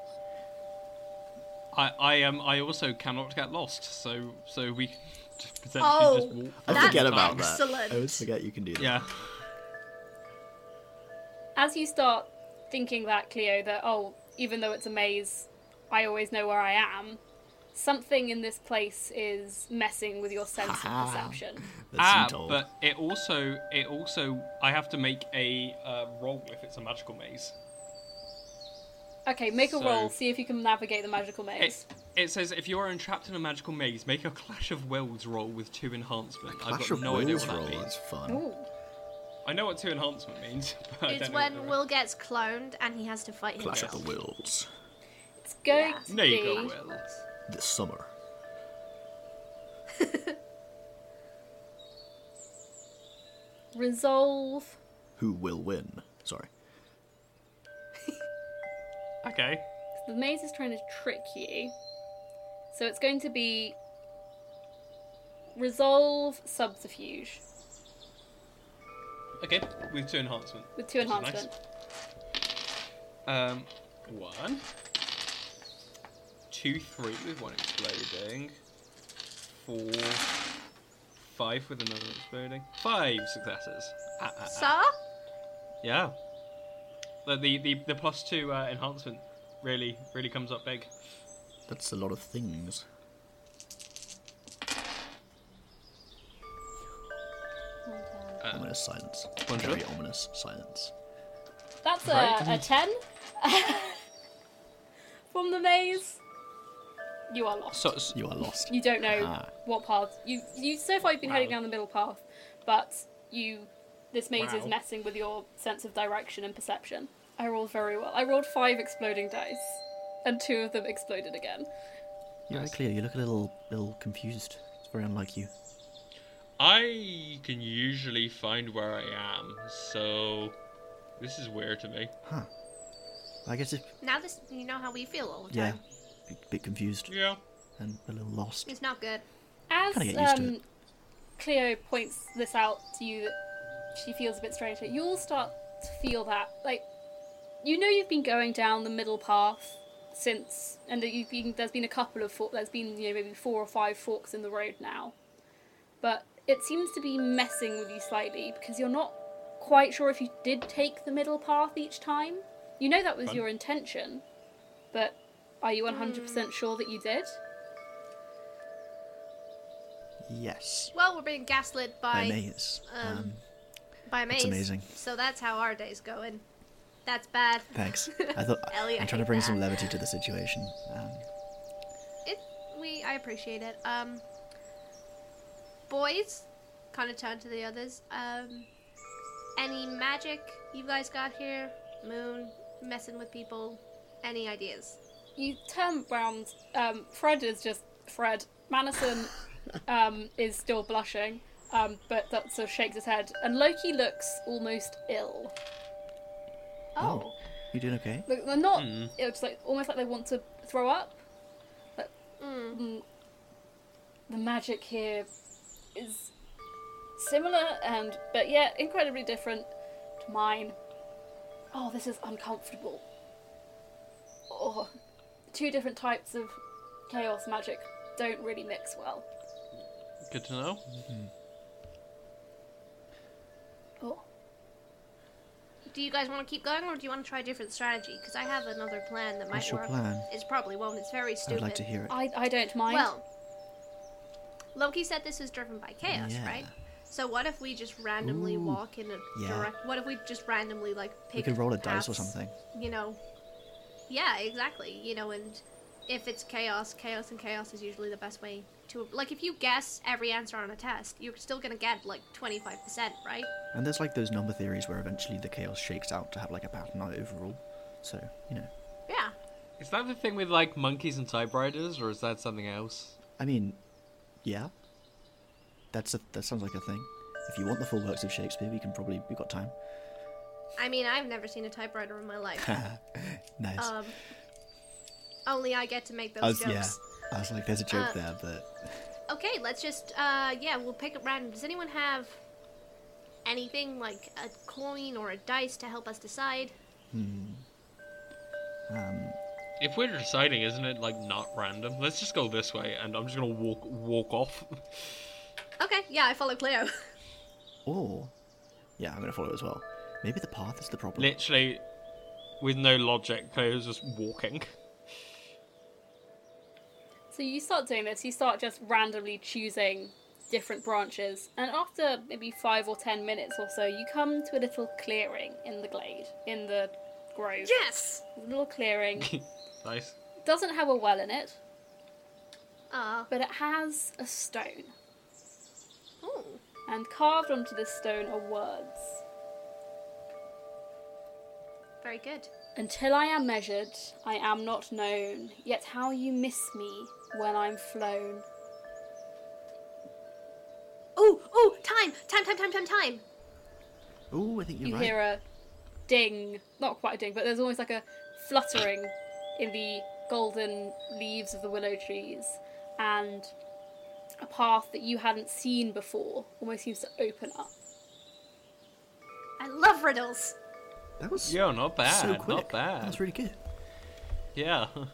Speaker 3: I, I um I also cannot get lost, so so we can potentially
Speaker 4: Oh,
Speaker 3: just walk.
Speaker 2: I
Speaker 4: That's
Speaker 2: forget about that.
Speaker 4: excellent.
Speaker 2: I always forget you can do that.
Speaker 3: Yeah.
Speaker 1: As you start thinking that, Cleo, that oh, even though it's a maze, I always know where I am. Something in this place is messing with your sense of
Speaker 2: Ha-ha.
Speaker 1: perception.
Speaker 2: That's
Speaker 3: Ah,
Speaker 2: Untold.
Speaker 3: but it also it also I have to make a uh, roll if it's a magical maze.
Speaker 1: Okay, make a
Speaker 3: So-
Speaker 1: roll. See if you can navigate the magical
Speaker 3: It,
Speaker 1: maze.
Speaker 3: it says if you are entrapped in a magical maze, make a clash of wills roll with two enhancement. I've
Speaker 2: Clash
Speaker 3: got
Speaker 2: of
Speaker 3: no idea
Speaker 2: Wills
Speaker 3: what that
Speaker 2: roll
Speaker 3: means.
Speaker 2: is fun.
Speaker 1: Ooh,
Speaker 3: I know what two enhancement means, but I
Speaker 4: It's
Speaker 3: don't know what
Speaker 4: when
Speaker 3: the-
Speaker 4: Will gets cloned and he has to fight
Speaker 2: Clash
Speaker 4: himself.
Speaker 2: of the Wills.
Speaker 1: It's going
Speaker 4: Yeah.
Speaker 1: to
Speaker 3: There you go,
Speaker 1: be
Speaker 3: Will.
Speaker 2: This summer.
Speaker 1: resolve.
Speaker 2: Who will win? Sorry.
Speaker 3: Okay.
Speaker 1: The maze is trying to trick you. So it's going to be resolve subterfuge
Speaker 3: Okay, with two enhancement.
Speaker 1: with two
Speaker 3: Which is nice.
Speaker 1: enhancement.
Speaker 3: Um, one, two, three with one exploding, four, five with another exploding, five successes. Ah, ah, ah.
Speaker 4: Sir?
Speaker 3: Yeah. The, the the the plus two uh, enhancement really really comes up big.
Speaker 2: That's a lot of things. ominous silence.
Speaker 3: Bonjour.
Speaker 2: Very ominous silence.
Speaker 1: That's
Speaker 3: Right.
Speaker 1: a, a 10 from the maze. You are lost.
Speaker 3: So, s-
Speaker 2: You are lost.
Speaker 1: you don't know
Speaker 2: Ah.
Speaker 1: what path. You, you so far you've been
Speaker 3: Wow.
Speaker 1: heading down the middle path, but you this maze is
Speaker 3: Wow.
Speaker 1: messing with your sense of direction and perception. I rolled very well. I rolled five exploding dice, and two of them exploded again.
Speaker 2: You're
Speaker 3: Nice.
Speaker 2: clear. You look a little, little confused. It's very unlike you.
Speaker 3: I can usually find where I am, so this is weird to me.
Speaker 2: Huh. I guess it's
Speaker 4: Now this, you know how we feel all the
Speaker 2: yeah,
Speaker 4: time.
Speaker 2: bit, bit confused
Speaker 3: Yeah.
Speaker 2: and a little lost.
Speaker 4: It's not good.
Speaker 1: As
Speaker 2: Kinda get used to
Speaker 1: um, Cleo points this out to you, that she feels a bit strange. Like, you'll start to feel that, like, you know, you've been going down the middle path since, and that you've been. There's been a couple of forks. There's been you know maybe four or five forks in the road now, but it seems to be messing with you slightly because you're not quite sure if you did take the middle path each time. You know that was
Speaker 3: Fun.
Speaker 1: your intention, but are you 100% sure that you did?
Speaker 2: Yes.
Speaker 4: Well, we're being gaslit by
Speaker 2: By maze. Um,
Speaker 4: um, by Maze.
Speaker 2: amazing.
Speaker 4: So that's how our day's going. That's bad.
Speaker 2: thanks. I thought
Speaker 4: Ellie,
Speaker 2: I'm
Speaker 4: I
Speaker 2: trying to
Speaker 4: hate
Speaker 2: bring some
Speaker 4: that.
Speaker 2: levity to the situation. Um,
Speaker 4: It we I appreciate it. Um boys kind of turn to the others. Um any magic you guys got here? Moon messing with people. Any ideas?
Speaker 1: you turn round. Um, Fred is just Fred. Manison um, is still blushing, um, but that sort of shakes his head. And Loki looks almost ill.
Speaker 2: Oh. you doing okay?
Speaker 1: Look, they're not. It's like almost like they want to throw up. But mm, the magic here is similar and, but yeah, incredibly different to mine. Oh, this is uncomfortable. Oh, two different types of chaos magic don't really mix well.
Speaker 3: Good to know.
Speaker 1: Oh,
Speaker 4: Do you guys want to keep going or do you want to try a different strategy? Cuz I have another plan that might
Speaker 2: What's your
Speaker 4: work.
Speaker 2: plan?
Speaker 4: It's probably won't. It's very
Speaker 2: I
Speaker 4: stupid.
Speaker 2: would like to hear it.
Speaker 1: I, I don't mind.
Speaker 4: Well, Loki said this is driven by chaos,
Speaker 2: Yeah.
Speaker 4: right? So what if we just randomly
Speaker 2: Ooh.
Speaker 4: walk in a
Speaker 2: Yeah.
Speaker 4: direct? What if we just randomly like pick?
Speaker 2: we can roll a dice or
Speaker 4: paths,
Speaker 2: something.
Speaker 4: You know. Yeah, exactly. You know, and if it's chaos, chaos and chaos is usually the best way to. Like, if you guess every answer on a test, you're still gonna get like twenty five percent, right?
Speaker 2: And there's like those number theories where eventually the chaos shakes out to have like a pattern on it overall. So you know,
Speaker 4: Yeah.
Speaker 3: Is that the thing with like monkeys and typewriters, or is that something else?
Speaker 2: I mean, yeah. That's a that sounds like a thing. If you want the full works of Shakespeare, we can probably we've got time.
Speaker 4: I mean, I've never seen a typewriter in my life.
Speaker 2: nice.
Speaker 4: um, only I get to make those
Speaker 2: I was,
Speaker 4: jokes.
Speaker 2: yeah, I was like, there's a joke
Speaker 4: Uh,
Speaker 2: there, but
Speaker 4: Okay, let's just uh yeah, we'll pick up random. Does anyone have anything like a coin or a dice to help us decide?
Speaker 2: um,
Speaker 3: If we're deciding, isn't it like not random? Let's just go this way, and I'm just gonna walk walk off.
Speaker 4: Okay, yeah, I follow Cleo.
Speaker 2: or yeah, I'm gonna follow as well. Maybe the path is the problem.
Speaker 3: Literally, with no logic, Cleo's just walking.
Speaker 1: So you start doing this, you start just randomly choosing different branches, and after maybe five or ten minutes or so, you come to a little clearing in the glade, in the grove.
Speaker 4: yes.
Speaker 1: A little clearing.
Speaker 3: Nice.
Speaker 1: Doesn't have a well in it,
Speaker 4: Uh
Speaker 1: but it has a stone.
Speaker 4: ooh.
Speaker 1: And carved onto this stone are words.
Speaker 4: Very good.
Speaker 1: Until I am measured, I am not known, yet how you miss me when I'm flown.
Speaker 4: Oh, oh, time, time, time, time, time, time.
Speaker 2: Oh, I think you're
Speaker 1: You
Speaker 2: right.
Speaker 1: hear a ding, not quite a ding, but there's almost like a fluttering in the golden leaves of the willow trees, and a path that you hadn't seen before almost seems to open up.
Speaker 4: I love riddles.
Speaker 2: That was
Speaker 3: Yeah, not bad.
Speaker 2: so quick.
Speaker 3: Not bad.
Speaker 2: That was really good.
Speaker 3: Yeah. Uh-huh.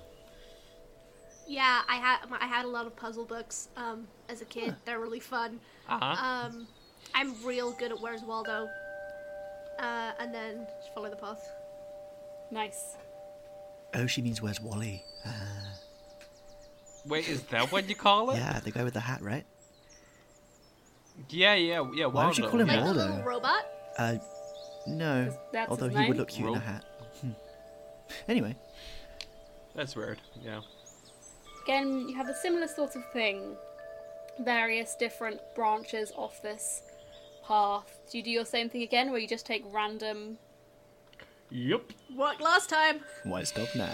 Speaker 4: Yeah, I had I had a lot of puzzle books um, as a kid. They're really fun.
Speaker 3: Uh-huh.
Speaker 4: Um, I'm real good at Where's Waldo. Uh, and then just follow the path.
Speaker 1: Nice.
Speaker 2: Oh, she means where's Wally?
Speaker 3: Wait, is that what you call it?
Speaker 2: Yeah, the guy with the hat, right?
Speaker 3: yeah, yeah, yeah.
Speaker 2: Why would you
Speaker 3: Waldo,
Speaker 2: call him
Speaker 4: Like
Speaker 3: yeah.
Speaker 4: the
Speaker 2: Waldo?
Speaker 4: little robot.
Speaker 2: Uh, no.
Speaker 1: That's his
Speaker 2: Although he
Speaker 1: name?
Speaker 2: would look cute in a
Speaker 3: Rope.
Speaker 2: hat. Hmm. Anyway,
Speaker 3: That's weird. Yeah.
Speaker 1: Again, you have a similar sort of thing. Various different branches off this path. Do you do your same thing again, where you just take random?
Speaker 3: Yep.
Speaker 4: What last time?
Speaker 2: why stop now?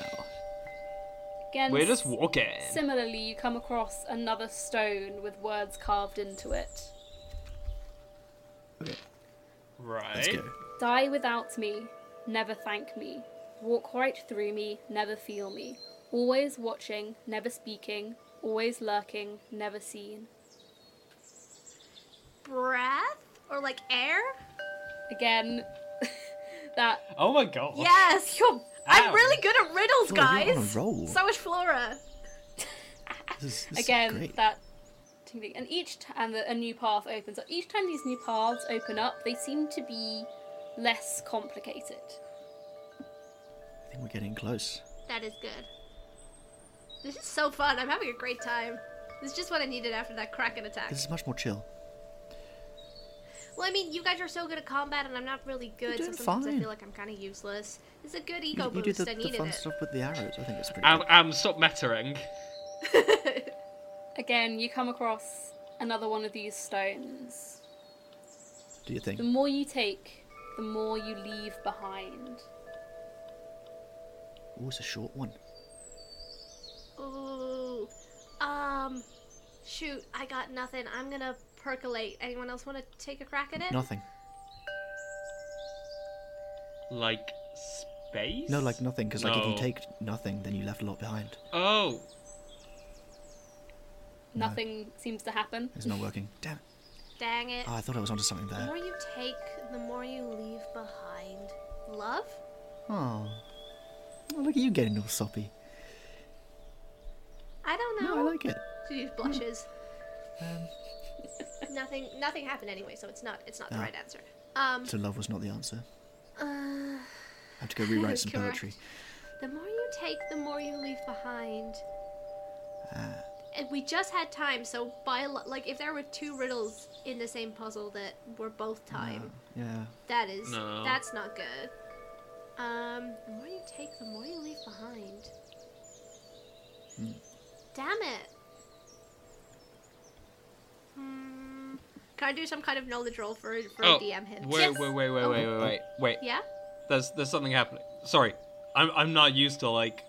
Speaker 1: Again,
Speaker 3: We're just
Speaker 1: s-
Speaker 3: walking.
Speaker 1: Similarly, you come across another stone with words carved into it.
Speaker 2: Okay,
Speaker 3: right.
Speaker 2: let's go.
Speaker 1: Die without me, never thank me. Walk right through me, never feel me. Always watching, never speaking. Always lurking, never seen.
Speaker 4: Breath or like air?
Speaker 1: Again, that
Speaker 3: Oh my god.
Speaker 4: Yes. I'm
Speaker 3: Ow.
Speaker 4: really good at riddles,
Speaker 2: Flora, you're on a
Speaker 4: guys.
Speaker 2: roll.
Speaker 4: So is Flora.
Speaker 2: This is, this is
Speaker 1: again
Speaker 2: great.
Speaker 1: that ting- ting. and each t- and the, a new path opens up each time these new paths open up they seem to be less complicated
Speaker 2: I think we're getting close.
Speaker 4: That is good. This is so fun. I'm having a great time. This is just what I needed after that Kraken attack.
Speaker 2: This is much more chill.
Speaker 4: Well, I mean, you guys are so good at combat, and I'm not really good.
Speaker 2: doing
Speaker 4: so sometimes I
Speaker 2: fine.
Speaker 4: feel like I'm kind of useless. It's a good
Speaker 2: You,
Speaker 4: ego
Speaker 2: you do
Speaker 4: boost.
Speaker 2: the,
Speaker 4: I
Speaker 2: the
Speaker 4: needed
Speaker 2: fun
Speaker 4: it.
Speaker 2: stuff with the arrows. I think it's pretty
Speaker 3: I'm,
Speaker 2: good.
Speaker 3: I'm stop mettering.
Speaker 1: again you come across another one of these stones
Speaker 2: Do you think?
Speaker 1: the more you take the more you leave behind
Speaker 2: Oh, it's a short one.
Speaker 4: Ooh. Um. Shoot, I got nothing. I'm gonna percolate. Anyone else want to take a crack at it?
Speaker 2: Nothing.
Speaker 3: Like space?
Speaker 2: No, like nothing, because like if you
Speaker 3: No.
Speaker 2: take nothing, then you left a lot behind.
Speaker 3: Oh.
Speaker 1: nothing seems to happen
Speaker 2: It's not working. Damn it.
Speaker 4: Dang it.
Speaker 2: Oh, I thought I was onto something
Speaker 4: the
Speaker 2: there.
Speaker 4: more you take, the more you leave behind. Love?
Speaker 2: Oh. Oh, Look at you getting all soppy.
Speaker 4: I don't know.
Speaker 2: No, I like it.
Speaker 4: She just blushes.
Speaker 2: Um,
Speaker 4: Nothing. Nothing happened anyway, so it's not. It's not the
Speaker 2: Ah.
Speaker 4: right answer. Um.
Speaker 2: So love was not the answer.
Speaker 4: uh,
Speaker 2: I have to go rewrite some
Speaker 4: Correct.
Speaker 2: poetry.
Speaker 4: the more you take, the more you leave behind.
Speaker 2: Ah,
Speaker 4: And we just had time, so by a lo- like, if there were two riddles in the same puzzle that were both time,
Speaker 2: yeah.
Speaker 4: That is
Speaker 3: No.
Speaker 4: that's not good. Um, the more you take, the more you leave behind.
Speaker 3: Hmm.
Speaker 4: Damn it. Hmm. Can I do some kind of knowledge roll for for
Speaker 3: Oh.
Speaker 4: a DM hint?
Speaker 3: Wait,
Speaker 4: Yes.
Speaker 3: wait, wait, wait,
Speaker 4: Oh,
Speaker 3: wait, wait, wait, wait.
Speaker 4: Yeah.
Speaker 3: There's there's something happening. Sorry, I'm I'm not used to like.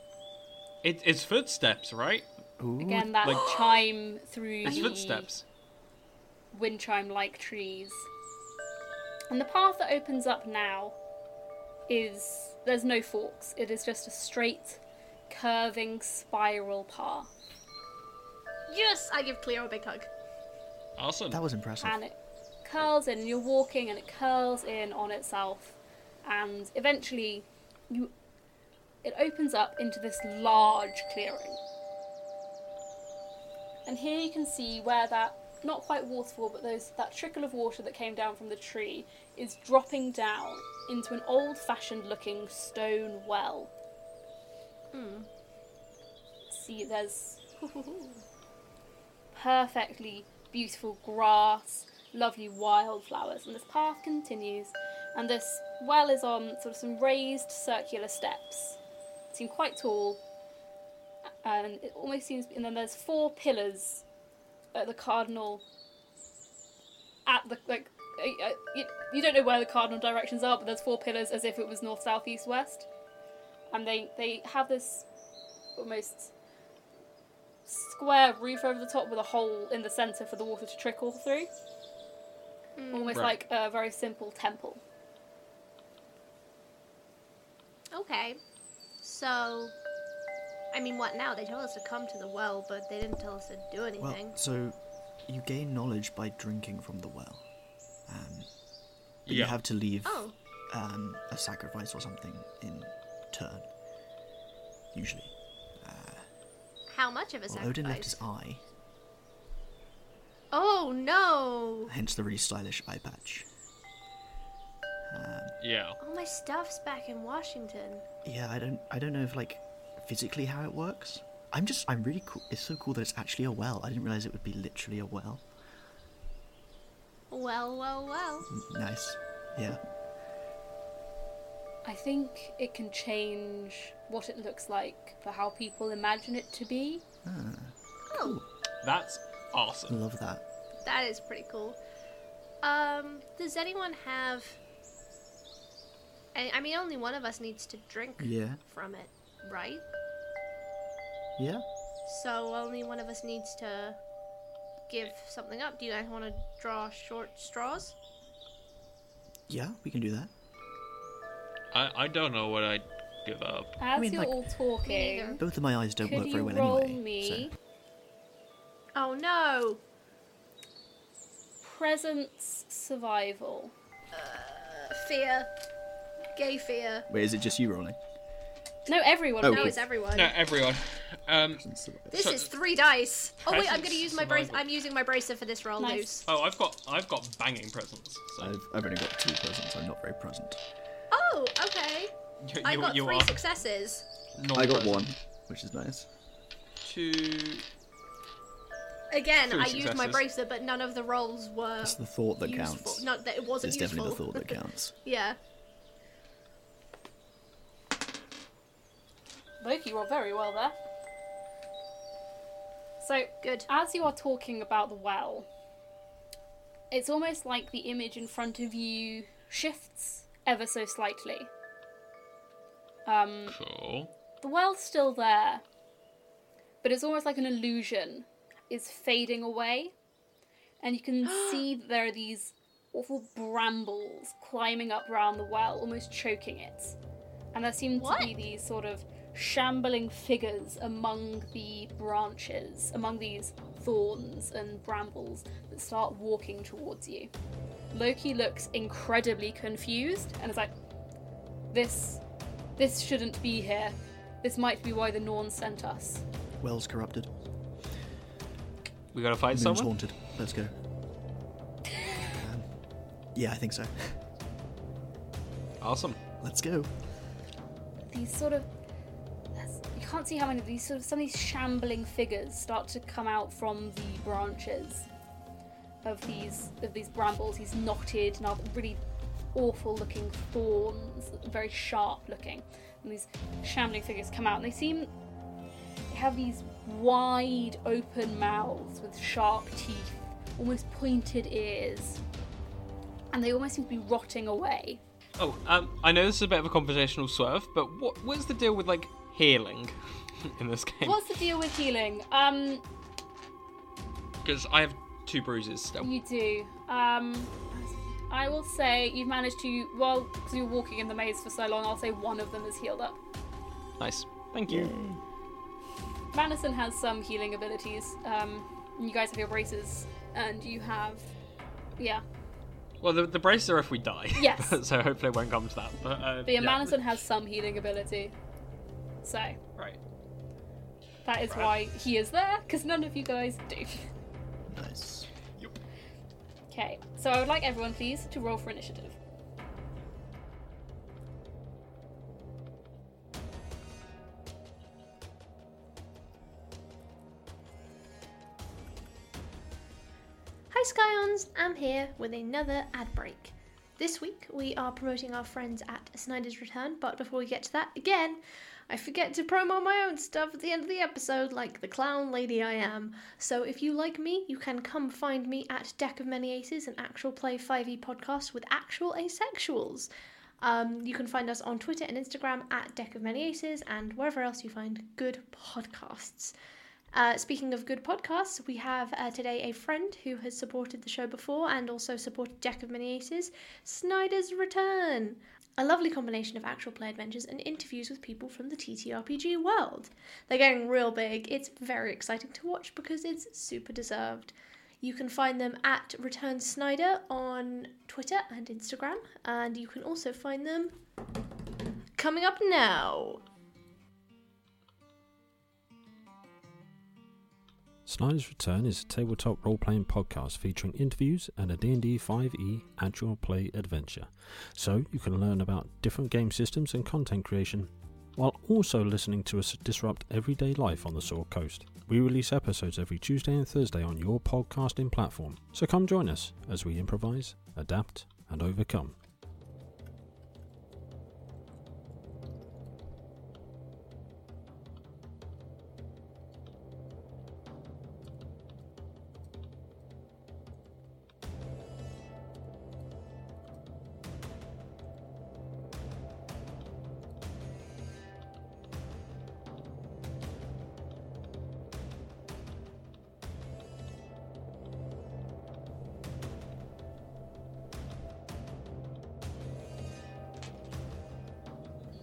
Speaker 3: It, it's footsteps, right?
Speaker 2: Ooh,
Speaker 1: again that
Speaker 3: Like-
Speaker 1: chime through
Speaker 3: It's
Speaker 1: the
Speaker 3: footsteps.
Speaker 1: wind chime like trees. And the path that opens up now is there's no forks, it is just a straight, curving spiral path.
Speaker 4: Yes, I give Cleo a big hug.
Speaker 3: Awesome.
Speaker 2: that was impressive.
Speaker 1: And it curls in, and you're walking, and it curls in on itself. And eventually, you it opens up into this large clearing. And here you can see where that not quite waterfall, but those that trickle of water that came down from the tree is dropping down into an old-fashioned looking stone well. See, there's perfectly beautiful grass, lovely wildflowers, and this path continues. And this well is on sort of some raised circular steps, seem quite tall, and it almost seems. And then there's four pillars at the cardinal. At the like, uh, uh, you, you don't know where the cardinal directions are, but there's four pillars as if it was north, south, east, west. and they they have this almost square roof over the top with a hole in the center for the water to trickle through. Almost
Speaker 3: Right.
Speaker 1: like a very simple temple.
Speaker 4: Okay. So, I mean, what now? They told us to come to the well, but they didn't tell us to do
Speaker 2: Well,
Speaker 4: anything.
Speaker 2: so you gain knowledge by drinking from the well. Um, but you
Speaker 3: Yeah.
Speaker 2: have to leave
Speaker 4: Oh.
Speaker 2: um, a sacrifice or something in turn. Usually.
Speaker 4: How much of a
Speaker 2: Well, Odin left
Speaker 4: sacrifice?
Speaker 2: his eye,
Speaker 4: Oh no!
Speaker 2: hence the really stylish eye patch.
Speaker 3: Yeah.
Speaker 4: All my stuff's back in Washington.
Speaker 2: Yeah, I don't I don't know if like physically how it works. I'm just I'm really cool. It's so cool that it's actually a well. I didn't realize it would be literally a well.
Speaker 4: Well, well, well.
Speaker 2: Nice. Yeah.
Speaker 1: I think it can change what it looks like for how people imagine it to be.
Speaker 4: Oh,
Speaker 3: That's awesome.
Speaker 2: Love that.
Speaker 4: that is pretty cool. Um, does anyone have? I, I mean, only one of us needs to drink
Speaker 2: Yeah.
Speaker 4: from it, right?
Speaker 2: Yeah.
Speaker 4: So only one of us needs to give something up. Do you guys want to draw short straws?
Speaker 2: Yeah, we can do that.
Speaker 5: I, I don't know what I'd give up.
Speaker 1: As
Speaker 2: mean,
Speaker 1: you're
Speaker 2: like-
Speaker 1: all
Speaker 4: Me neither.
Speaker 1: talking,
Speaker 2: Both of my eyes don't
Speaker 1: could
Speaker 2: work very
Speaker 1: you
Speaker 2: well
Speaker 1: roll
Speaker 2: anyway.
Speaker 1: me
Speaker 2: So.
Speaker 4: Oh no!
Speaker 1: presence survival?
Speaker 4: Fear. Gay fear.
Speaker 2: Wait, is it just you rolling?
Speaker 1: No, everyone.
Speaker 2: Oh,
Speaker 1: no,
Speaker 4: Now
Speaker 2: cool.
Speaker 1: it's
Speaker 4: it's everyone.
Speaker 3: No, everyone. Um,
Speaker 4: This
Speaker 3: So-
Speaker 4: is three dice. Oh wait, I'm
Speaker 3: Presence
Speaker 4: gonna use my brace.
Speaker 3: survival.
Speaker 4: I'm using my bracer for this roll,
Speaker 1: Nice.
Speaker 4: Luce.
Speaker 3: oh, I've got I've got banging presents. So
Speaker 2: I've, I've only got two presents. I'm not very present.
Speaker 4: Oh, okay.
Speaker 3: you,
Speaker 4: I
Speaker 3: you-
Speaker 4: got
Speaker 3: you
Speaker 4: three
Speaker 3: are
Speaker 4: successes.
Speaker 3: not
Speaker 2: I got
Speaker 3: present.
Speaker 2: one, which is nice.
Speaker 3: Two.
Speaker 4: Again,
Speaker 3: Three
Speaker 4: I used my
Speaker 3: successes.
Speaker 4: bracer, but none of the rolls were
Speaker 2: It's the thought that
Speaker 4: useful.
Speaker 2: counts.
Speaker 4: Not that it wasn't
Speaker 2: it's
Speaker 4: useful.
Speaker 2: definitely the thought that counts.
Speaker 4: yeah.
Speaker 1: Loki rolled very well there. So,
Speaker 4: Good.
Speaker 1: as you are talking about the well, it's almost like the image in front of you shifts ever so slightly. Um,
Speaker 5: Cool.
Speaker 1: the well's still there, but it's almost like an illusion is fading away, and you can see that there are these awful brambles climbing up round the well, almost choking it. And there seem to be
Speaker 4: What?
Speaker 1: these sort of shambling figures among the branches, among these thorns and brambles that start walking towards you. Loki looks incredibly confused and is like, "This, this shouldn't be here. This might be why the Norns sent us."
Speaker 2: Well's corrupted.
Speaker 5: We gotta fight
Speaker 2: Moon's
Speaker 5: someone?
Speaker 2: haunted. Let's go. Um, yeah, I think so.
Speaker 3: Awesome.
Speaker 2: Let's go.
Speaker 1: These sort of, there's- you can't see how many of these sort of some of these shambling figures start to come out from the branches of these of these brambles. These knotted, now really awful-looking thorns, very sharp-looking, and these shambling figures come out, and they seem They have these wide open mouths with sharp teeth, almost pointed ears, and they almost seem to be rotting away.
Speaker 5: Oh, um, I know this is a bit of a conversational swerve, but what what's the deal with like healing in this game?
Speaker 1: What's the deal with healing? Um,
Speaker 5: Because I have two bruises still.
Speaker 1: you do. Um, I will say you've managed to, well, because you were walking in the maze for so long, I'll say one of them is healed up.
Speaker 5: Nice. Thank you.
Speaker 1: Madison has some healing abilities. Um, you guys have your braces, and you have, yeah,
Speaker 5: Well, the, the braces are if we die.
Speaker 1: Yes.
Speaker 5: so hopefully it won't come to that. But, uh,
Speaker 1: but yeah,
Speaker 5: yeah.
Speaker 1: Madison has some healing ability. So.
Speaker 5: Right.
Speaker 1: That is why he is there, because none of you guys do.
Speaker 2: Nice.
Speaker 1: Okay, so I would like everyone, please, to roll for initiative.
Speaker 4: Hi Skyons, I'm here with another ad break. This week we are promoting our friends at Snyder's Return, but before we get to that, again, I forget to promo my own stuff at the end of the episode, like the clown lady I am. So if you like me, you can come find E me at Deck of Many Aces, an actual play 5e podcast with actual asexuals. Um, you can find us on Twitter and Instagram at Deck of Many Aces and wherever else you find good podcasts. Uh, speaking of good podcasts, we have uh, today a friend who has supported the show before and also supported Deck of Many Aces, Snyder's Return. A lovely combination of actual play adventures and interviews with people from the TTRPG world. They're going real big. It's very exciting to watch because it's super deserved. You can find them at Return Snyder on Twitter and Instagram, and you can also find them coming up now.
Speaker 6: Snyder's Return is a tabletop role-playing podcast featuring interviews and a D&D 5e actual play adventure. So you can learn about different game systems and content creation while also listening to us disrupt everyday life on the Saw Coast. We release episodes every Tuesday and Thursday on your podcasting platform. So come join us as we improvise, adapt, and overcome.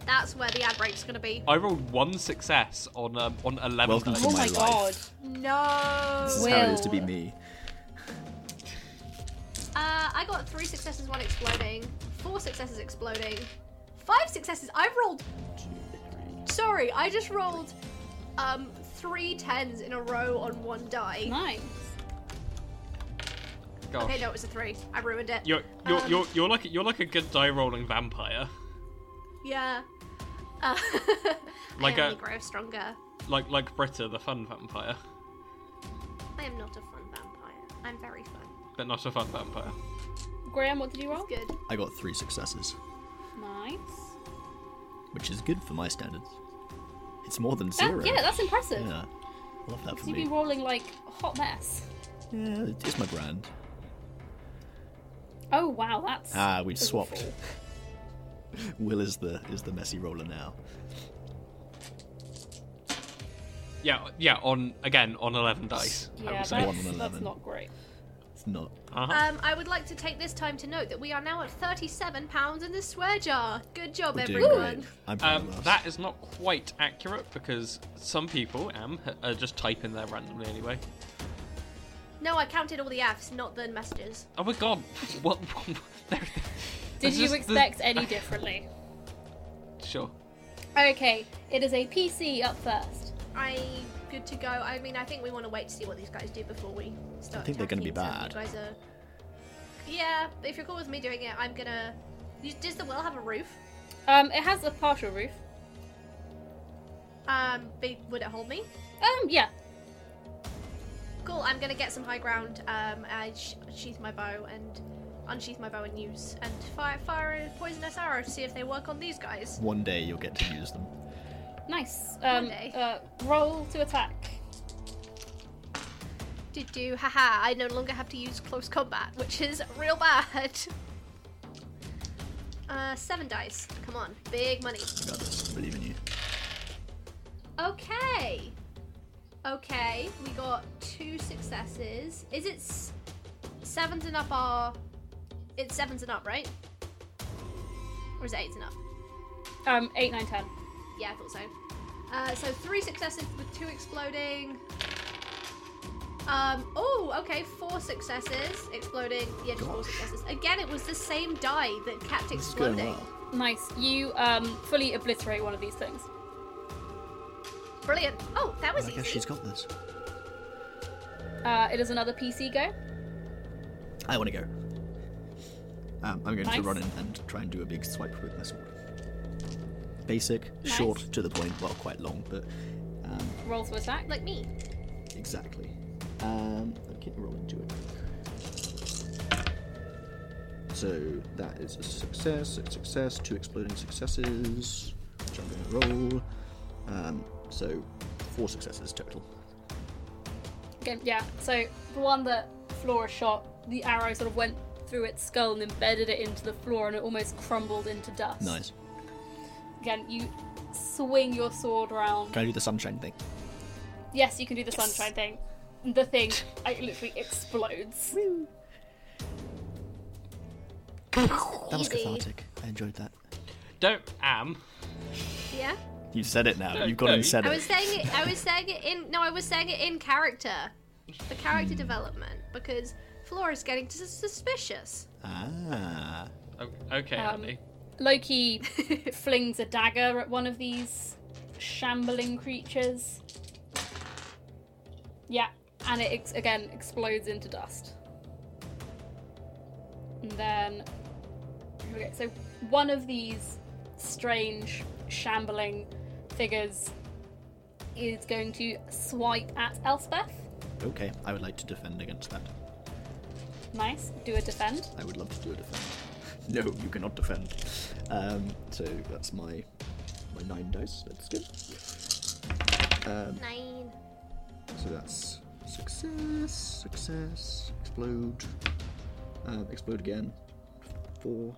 Speaker 4: That's where the ad break's gonna be.
Speaker 5: I rolled one success on um, on a level.
Speaker 2: Welcome to
Speaker 1: Oh my
Speaker 2: my life.
Speaker 1: god.
Speaker 4: No.
Speaker 2: This is how it is to be
Speaker 1: Will.
Speaker 2: me.
Speaker 4: Uh, I got three successes, one exploding, four successes exploding, five successes. I've rolled. Sorry, I just rolled um three tens in a row on one die.
Speaker 1: Nice.
Speaker 5: Gosh.
Speaker 4: Okay, no, it was a three. I ruined it.
Speaker 5: You're you're,
Speaker 4: Um,
Speaker 5: you're you're like you're like a good die rolling vampire.
Speaker 4: Yeah. Uh,
Speaker 5: Like
Speaker 4: I
Speaker 5: a-
Speaker 4: only grow stronger.
Speaker 5: Like like Britta, the fun vampire,
Speaker 4: I am not a fun vampire. I'm very fun.
Speaker 5: but not a fun vampire.
Speaker 1: Graham, what did you roll?
Speaker 4: It's good.
Speaker 2: I got three successes,
Speaker 1: Nice.
Speaker 2: which is good for my standards. It's more than
Speaker 1: That-
Speaker 2: zero.
Speaker 1: yeah, that's impressive.
Speaker 2: Yeah. Love that for
Speaker 1: You'd be
Speaker 2: me.
Speaker 1: rolling like a hot mess.
Speaker 2: Yeah, it's my brand.
Speaker 1: Oh wow, that's
Speaker 2: Ah, we
Speaker 1: awful.
Speaker 2: swapped. Will is the is the messy roller now.
Speaker 5: Yeah, yeah. On again on eleven dice. I
Speaker 1: Yeah,
Speaker 5: will
Speaker 1: that's,
Speaker 5: say.
Speaker 2: One and
Speaker 1: that's
Speaker 2: eleven.
Speaker 1: not great.
Speaker 2: It's not.
Speaker 5: Uh-huh.
Speaker 4: Um, I would like to take this time to note that we are now at thirty-seven pounds in the swear jar. Good job,
Speaker 2: We're doing
Speaker 4: everyone.
Speaker 2: great. I'm proud
Speaker 5: Um,
Speaker 2: of us.
Speaker 5: that is not quite accurate because some people am uh, just type in there randomly anyway.
Speaker 4: No, I counted all the Fs, not the messages.
Speaker 5: Oh my god! What? there-
Speaker 1: Did
Speaker 5: there's
Speaker 1: you
Speaker 5: just the-
Speaker 1: expect any differently?
Speaker 5: Sure.
Speaker 1: Okay, it is a PC up first.
Speaker 4: I good to go. I mean, I think we want to wait to see what these guys do before we start.
Speaker 2: I think they're gonna be
Speaker 4: attacking, so
Speaker 2: bad.
Speaker 4: if you guys are- Yeah, if you're cool with me doing it, I'm gonna. You- Does the well have a roof?
Speaker 1: Um, it has a partial roof.
Speaker 4: Um, be- would it hold me?
Speaker 1: Um, yeah.
Speaker 4: Cool. I'm gonna get some high ground. Um, I sh- sheath my bow and unsheath my bow and use and fire fire a poisonous arrow to see if they work on these guys.
Speaker 2: One day you'll get to use them.
Speaker 1: Nice. Um,
Speaker 4: day.
Speaker 1: uh, roll to attack.
Speaker 4: Do do haha. I no longer have to use close combat, which is real bad. Uh, seven dice. Come on, big money.
Speaker 2: I got this. I believe in you.
Speaker 4: Okay. Okay, we got two successes. Is it s- sevens and up are. It's sevens and up, right? Or is it eights and up?
Speaker 1: Um, eight, nine, ten.
Speaker 4: Yeah, I thought so. Uh, so three successes with two exploding. Um, oh, okay, four successes exploding. Yeah, just four
Speaker 2: Gosh.
Speaker 4: successes. Again, it was the same die that kept
Speaker 2: It's going
Speaker 4: exploding.
Speaker 2: well.
Speaker 1: Nice. You um fully obliterate one of these things.
Speaker 4: Brilliant. Oh, that was
Speaker 2: I
Speaker 4: easy.
Speaker 2: guess she's got this.
Speaker 1: Uh, it is another PC go.
Speaker 2: I want to go. Um, I'm going to
Speaker 1: Nice.
Speaker 2: run in and try and do a big swipe with my sword. Basic, short, to the point. Well, quite long, but um,
Speaker 1: Roll to attack.
Speaker 4: Like me.
Speaker 2: exactly. Um, okay, roll into it. So that is a success, a success, two exploding successes, which I'm going to roll. Um, so four successes total.
Speaker 1: Again, yeah. So the one that Flora shot, the arrow sort of went through its skull and embedded it into the floor, and it almost crumbled into dust.
Speaker 2: Nice.
Speaker 1: Again, you swing your sword around.
Speaker 2: Can I do the sunshine thing?
Speaker 1: Yes, you can do the sunshine thing. The thing like, literally explodes.
Speaker 2: That was
Speaker 4: Easy.
Speaker 2: cathartic. I enjoyed that.
Speaker 5: Don't am.
Speaker 4: Yeah.
Speaker 2: You've said it now. You've gone
Speaker 5: no,
Speaker 2: and
Speaker 5: you-
Speaker 2: said
Speaker 4: I
Speaker 2: it.
Speaker 4: was saying it. I was saying it in. No, I was saying it in character. The
Speaker 2: Hmm.
Speaker 4: character development because Flora's getting sus- suspicious.
Speaker 2: Ah.
Speaker 5: O- Oh, Okay,
Speaker 1: Um,
Speaker 5: Andy.
Speaker 1: Loki flings a dagger at one of these shambling creatures. Yeah, and it ex- again explodes into dust. And then, okay, so one of these strange shambling figures is going to swipe at Elspeth.
Speaker 2: Okay. I would like to defend against that.
Speaker 1: Nice, do a defend.
Speaker 2: I would love to do a defend. No, you cannot defend. Um, so that's my my nine dice. That's good. Um,
Speaker 4: Nine.
Speaker 2: so that's success, success, explode, um, explode again. Four,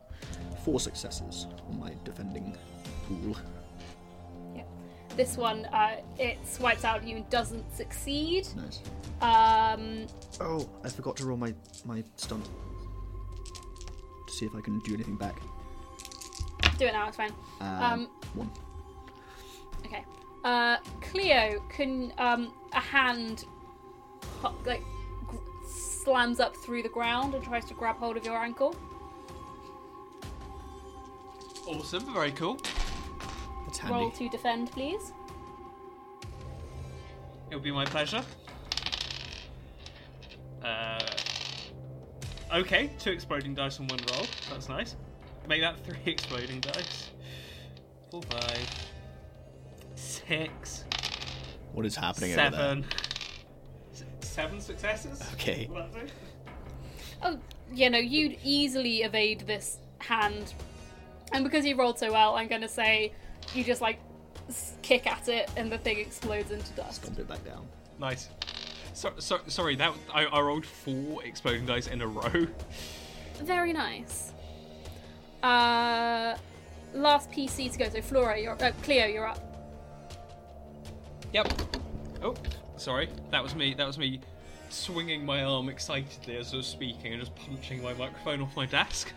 Speaker 2: four successes on my defending pool.
Speaker 1: Yeah. This one, uh, it swipes out at you and doesn't succeed.
Speaker 2: Nice.
Speaker 1: Um,
Speaker 2: Oh, I forgot to roll my my stunt to see if I can do anything back.
Speaker 1: Do it now, it's fine.
Speaker 2: Um,
Speaker 1: Um,
Speaker 2: one.
Speaker 1: Okay. Uh, Cleo, can um, a hand ho- like gr- slams up through the ground and tries to grab hold of your ankle?
Speaker 5: Awesome, very cool.
Speaker 2: That's
Speaker 1: Roll to
Speaker 2: handy.
Speaker 1: defend, please.
Speaker 5: It would be my pleasure. Uh, okay, two exploding dice on one roll. That's nice. Make that three exploding dice. Four, five, six,
Speaker 2: What is happening over there?
Speaker 5: seven. S- Seven successes?
Speaker 2: Okay.
Speaker 5: Will that do?
Speaker 1: Oh, you know, you'd easily evade this hand, and because you rolled so well, I'm gonna say you just like s- kick at it and the thing explodes into dust.
Speaker 2: Stomp it back down.
Speaker 5: Nice. So, so, sorry, that I, I rolled four exploding dice in a row.
Speaker 1: Very nice. Uh, last PC to go. So Flora, you're uh, Cleo, you're up.
Speaker 5: Yep. Oh, sorry. That was me. That was me swinging my arm excitedly as I was speaking and just punching my microphone off my desk.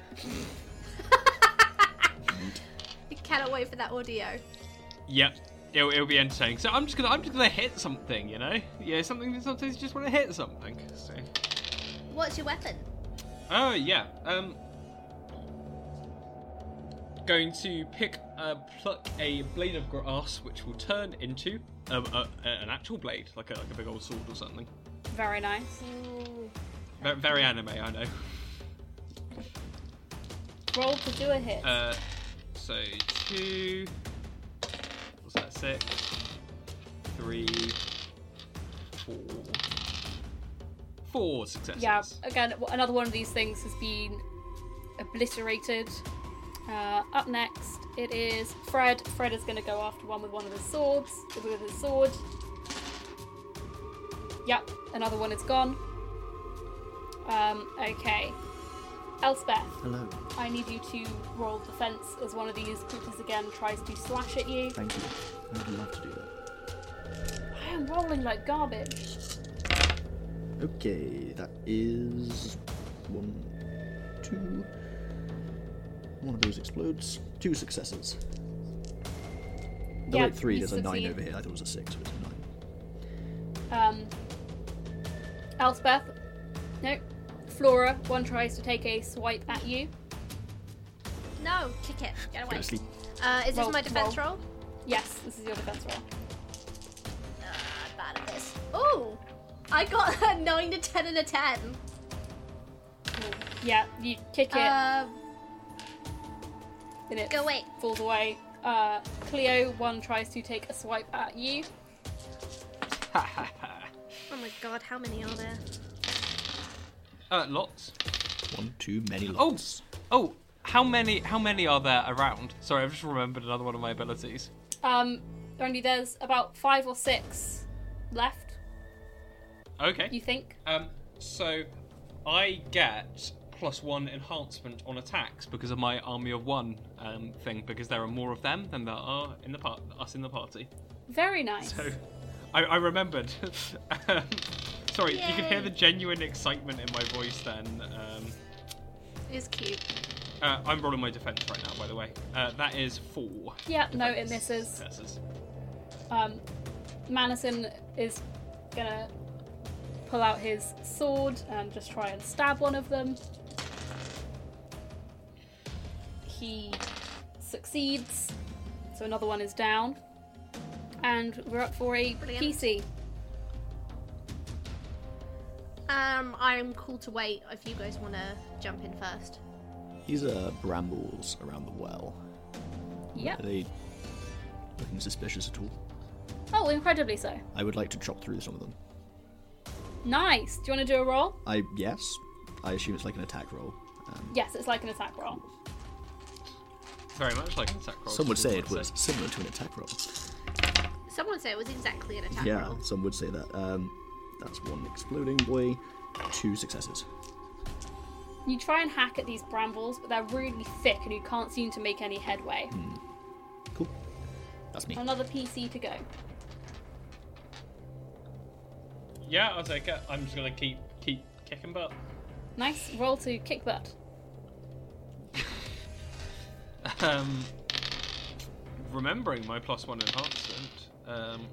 Speaker 4: You cannot wait for that audio.
Speaker 5: Yep. It'll, it'll be entertaining. So I'm just gonna I'm just gonna hit something, you know? Yeah, something that sometimes you just want to hit something. So.
Speaker 4: What's your weapon?
Speaker 5: Oh yeah. Um. Going to pick uh, pluck a blade of grass, which will turn into um, a, a, an actual blade, like a, like a big old sword or something.
Speaker 1: Very nice.
Speaker 5: Very, very anime, I know.
Speaker 1: Roll to do a hit.
Speaker 5: Uh, so two. What's that? Six, three, four, four successes.
Speaker 1: yeah, again, w- another one of these things has been obliterated. Uh, up next, it is Fred. Fred is going to go after one with one of his swords, with his sword. Yep, another one is gone. Um, okay. Elspeth,
Speaker 2: Hello.
Speaker 1: I need you to roll defense as one of these creatures again tries to slash at you.
Speaker 2: Thank you. I would love to do that.
Speaker 1: I am rolling like garbage.
Speaker 2: Okay, that is one, two. One of those explodes. Two successes. The
Speaker 1: Yeah,
Speaker 2: wait, three.
Speaker 1: you
Speaker 2: There's a nine
Speaker 1: succeed.
Speaker 2: over here. I thought it was a six, but it's a nine.
Speaker 1: Um, Elspeth, no. Flora, one tries to take a swipe at you.
Speaker 4: No, kick it. Get
Speaker 2: Go
Speaker 4: away.
Speaker 2: to sleep.
Speaker 4: Uh, is this
Speaker 1: Roll,
Speaker 4: my defense
Speaker 1: roll.
Speaker 4: roll?
Speaker 1: Yes, this is your defense roll.
Speaker 4: Uh, I'm bad at this. Oh, I got a nine to ten and a ten.
Speaker 1: Yeah, you kick it
Speaker 4: Uh,
Speaker 1: and it
Speaker 4: go away.
Speaker 1: falls away. Uh, Cleo, one tries to take a swipe at you.
Speaker 4: oh my god, how many are there?
Speaker 5: Uh, lots.
Speaker 2: One too many.
Speaker 5: Oh,
Speaker 2: Lots.
Speaker 5: oh. How many? How many are there around? Sorry, I've just remembered another one of my abilities.
Speaker 1: Um, only there's about five or six left,
Speaker 5: Okay.
Speaker 1: you think?
Speaker 5: Um, so I get plus one enhancement on attacks because of my army of one um, thing, because there are more of them than there are in the part us in the party.
Speaker 1: Very nice.
Speaker 5: So, I, I remembered. Um, Sorry, you can hear the genuine excitement in my voice. Then um,
Speaker 4: It's cute.
Speaker 5: uh, I'm rolling my defense right now. By the way, uh, that is four.
Speaker 1: yeah, no, it misses.
Speaker 5: Versus.
Speaker 1: Um, Manison is gonna pull out his sword and just try and stab one of them. He succeeds, so another one is down. And we're up for a
Speaker 4: Brilliant.
Speaker 1: PC.
Speaker 4: Um, I'm cool to wait if you guys want to jump in first.
Speaker 2: These are brambles around the well. Are
Speaker 1: Yep.
Speaker 2: they looking suspicious at all?
Speaker 1: Oh, incredibly so.
Speaker 2: I would like to chop through some of them.
Speaker 1: Nice. Do you want to do a roll?
Speaker 2: I yes. I assume it's like an attack roll. Um,
Speaker 1: Yes, it's like an attack roll.
Speaker 5: Very much like an attack roll.
Speaker 2: some would
Speaker 5: to be
Speaker 2: say it
Speaker 5: honest.
Speaker 2: was similar to an attack roll.
Speaker 4: Someone say it was exactly an attack
Speaker 2: Yeah,
Speaker 4: roll.
Speaker 2: some would say that. Um, that's one exploding boy. Two successes.
Speaker 1: You try and hack at these brambles, but they're really thick and you can't seem to make any headway.
Speaker 2: Cool. That's me.
Speaker 1: Another PC to go.
Speaker 5: Yeah, I'll take it. uh, I'm just gonna keep keep kicking butt.
Speaker 1: Nice roll to kick butt.
Speaker 5: Um, remembering my plus one enhancement um,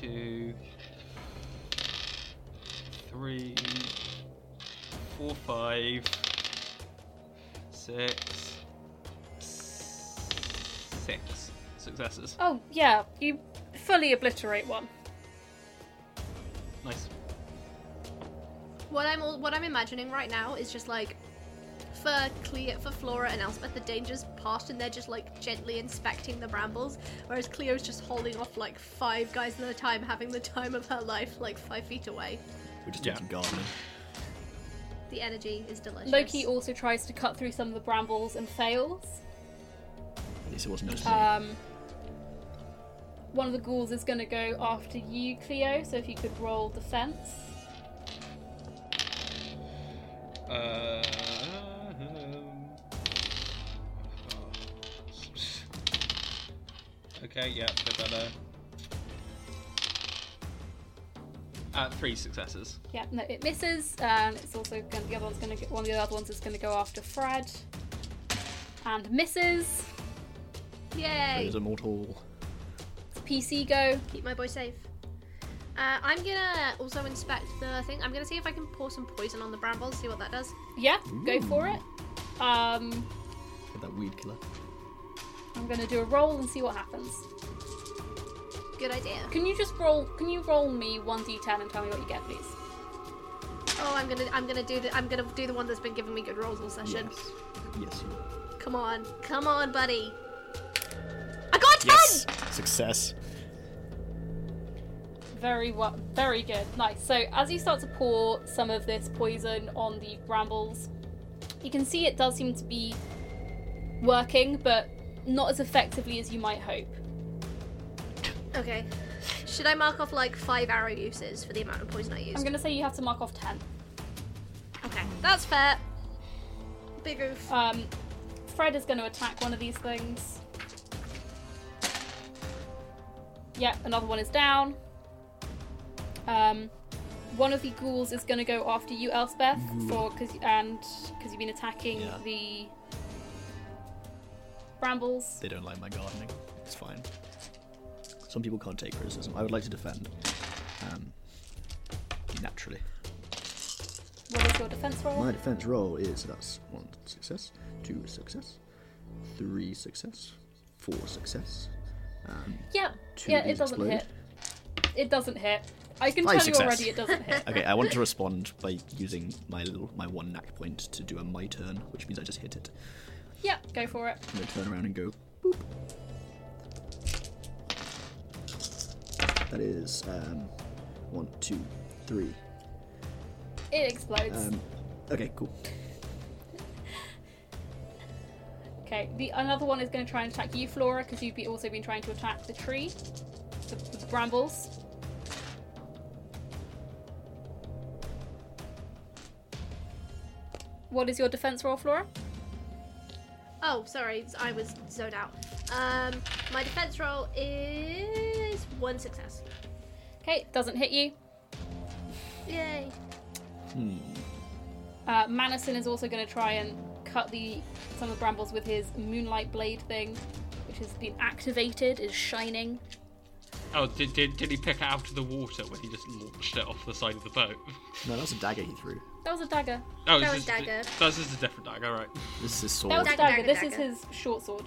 Speaker 5: two, three, four, five, six, six successes.
Speaker 1: Oh, yeah, you fully obliterate one.
Speaker 5: Nice.
Speaker 4: What I'm all, what I'm imagining right now is just like for Cleo, for Flora and Elspeth, the danger's past, and they're just like gently inspecting the brambles, whereas Cleo's just holding off like five guys at a time, having the time of her life, like five feet away.
Speaker 2: We're just
Speaker 5: Yeah.
Speaker 2: taking gardening.
Speaker 4: The energy is delicious.
Speaker 1: Loki also tries to cut through some of the brambles and fails.
Speaker 2: At least it wasn't just me.
Speaker 1: Um, one of the ghouls is going to go after you, Cleo, so if you could roll defense.
Speaker 5: Uh, okay, yeah, bit better. Uh, three successes.
Speaker 1: Yeah, no, it misses. Um, it's also going to, the other one's going to one of the other ones is going to go after Fred, and misses.
Speaker 4: Yay!
Speaker 2: There's a mortal.
Speaker 1: PC go.
Speaker 4: Keep my boy safe. Uh, I'm gonna also inspect the thing. I'm gonna see if I can pour some poison on the brambles, see what that does.
Speaker 1: Yeah, go for it. Um,
Speaker 2: Get that weed killer.
Speaker 1: I'm going to do a roll and see what happens.
Speaker 4: Good idea.
Speaker 1: Can you just roll? Can you roll me one d10 and tell me what you get, please?
Speaker 4: Oh, I'm gonna, I'm gonna do the, I'm gonna do the one that's been giving me good rolls all session.
Speaker 2: Yes. Yes. you will.
Speaker 4: Come on, come on, buddy. I got a ten.
Speaker 2: Yes. Success.
Speaker 1: Very well, very good, nice. So as you start to pour some of this poison on the brambles, you can see it does seem to be working, but not as effectively as you might hope.
Speaker 4: Okay. Should I mark off like five arrow uses for the amount of poison I used?
Speaker 1: I'm gonna say you have to mark off ten.
Speaker 4: Okay, that's fair. Big oof.
Speaker 1: Um, Fred is going to attack one of these things. Yep, another one is down. Um, one of the ghouls is going to go after you, Elspeth, for cause, and because you've been attacking
Speaker 2: Yeah.
Speaker 1: the brambles.
Speaker 2: They don't like my gardening. It's fine. Some people can't take criticism. I would like to defend. Um, naturally.
Speaker 1: What is your defense roll?
Speaker 2: My defense roll is that's one success, two success, three success, four success.
Speaker 1: Yeah,
Speaker 2: Two
Speaker 1: yeah, it
Speaker 2: is
Speaker 1: doesn't
Speaker 2: explode.
Speaker 1: hit. It doesn't hit. I can
Speaker 2: Five
Speaker 1: tell
Speaker 2: success.
Speaker 1: you already, it doesn't hit.
Speaker 2: Okay, I want to respond by using my little my one knack point to do a my turn, which means I just hit it.
Speaker 1: yeah, go for it.
Speaker 2: I'm gonna turn around and go boop. That is um, one, two, three.
Speaker 1: It explodes.
Speaker 2: Um, okay, cool.
Speaker 1: Okay, the another one is going to try and attack you, Flora, because you've be, also been trying to attack the tree, the, the brambles. What is your defense roll, Flora?
Speaker 4: Oh, sorry, I was zoned out. Um, my defense roll is one success.
Speaker 1: Okay, doesn't hit you.
Speaker 4: Yay!
Speaker 1: Uh, Manison is also going to try and cut the some of the brambles with his moonlight blade thing, which has been activated, is shining.
Speaker 5: Oh, did, did, did he pick it out of the water when he just launched it off the side of the boat?
Speaker 2: No, that's a dagger he threw.
Speaker 1: That was a dagger.
Speaker 5: Oh,
Speaker 4: That
Speaker 5: it's
Speaker 4: was
Speaker 5: just-
Speaker 4: dagger.
Speaker 5: That's just a different dagger, right?
Speaker 2: This is his
Speaker 1: That was
Speaker 2: sword.
Speaker 1: a
Speaker 4: Dagger,
Speaker 1: dagger.
Speaker 4: dagger,
Speaker 1: This is
Speaker 4: dagger.
Speaker 1: his short sword.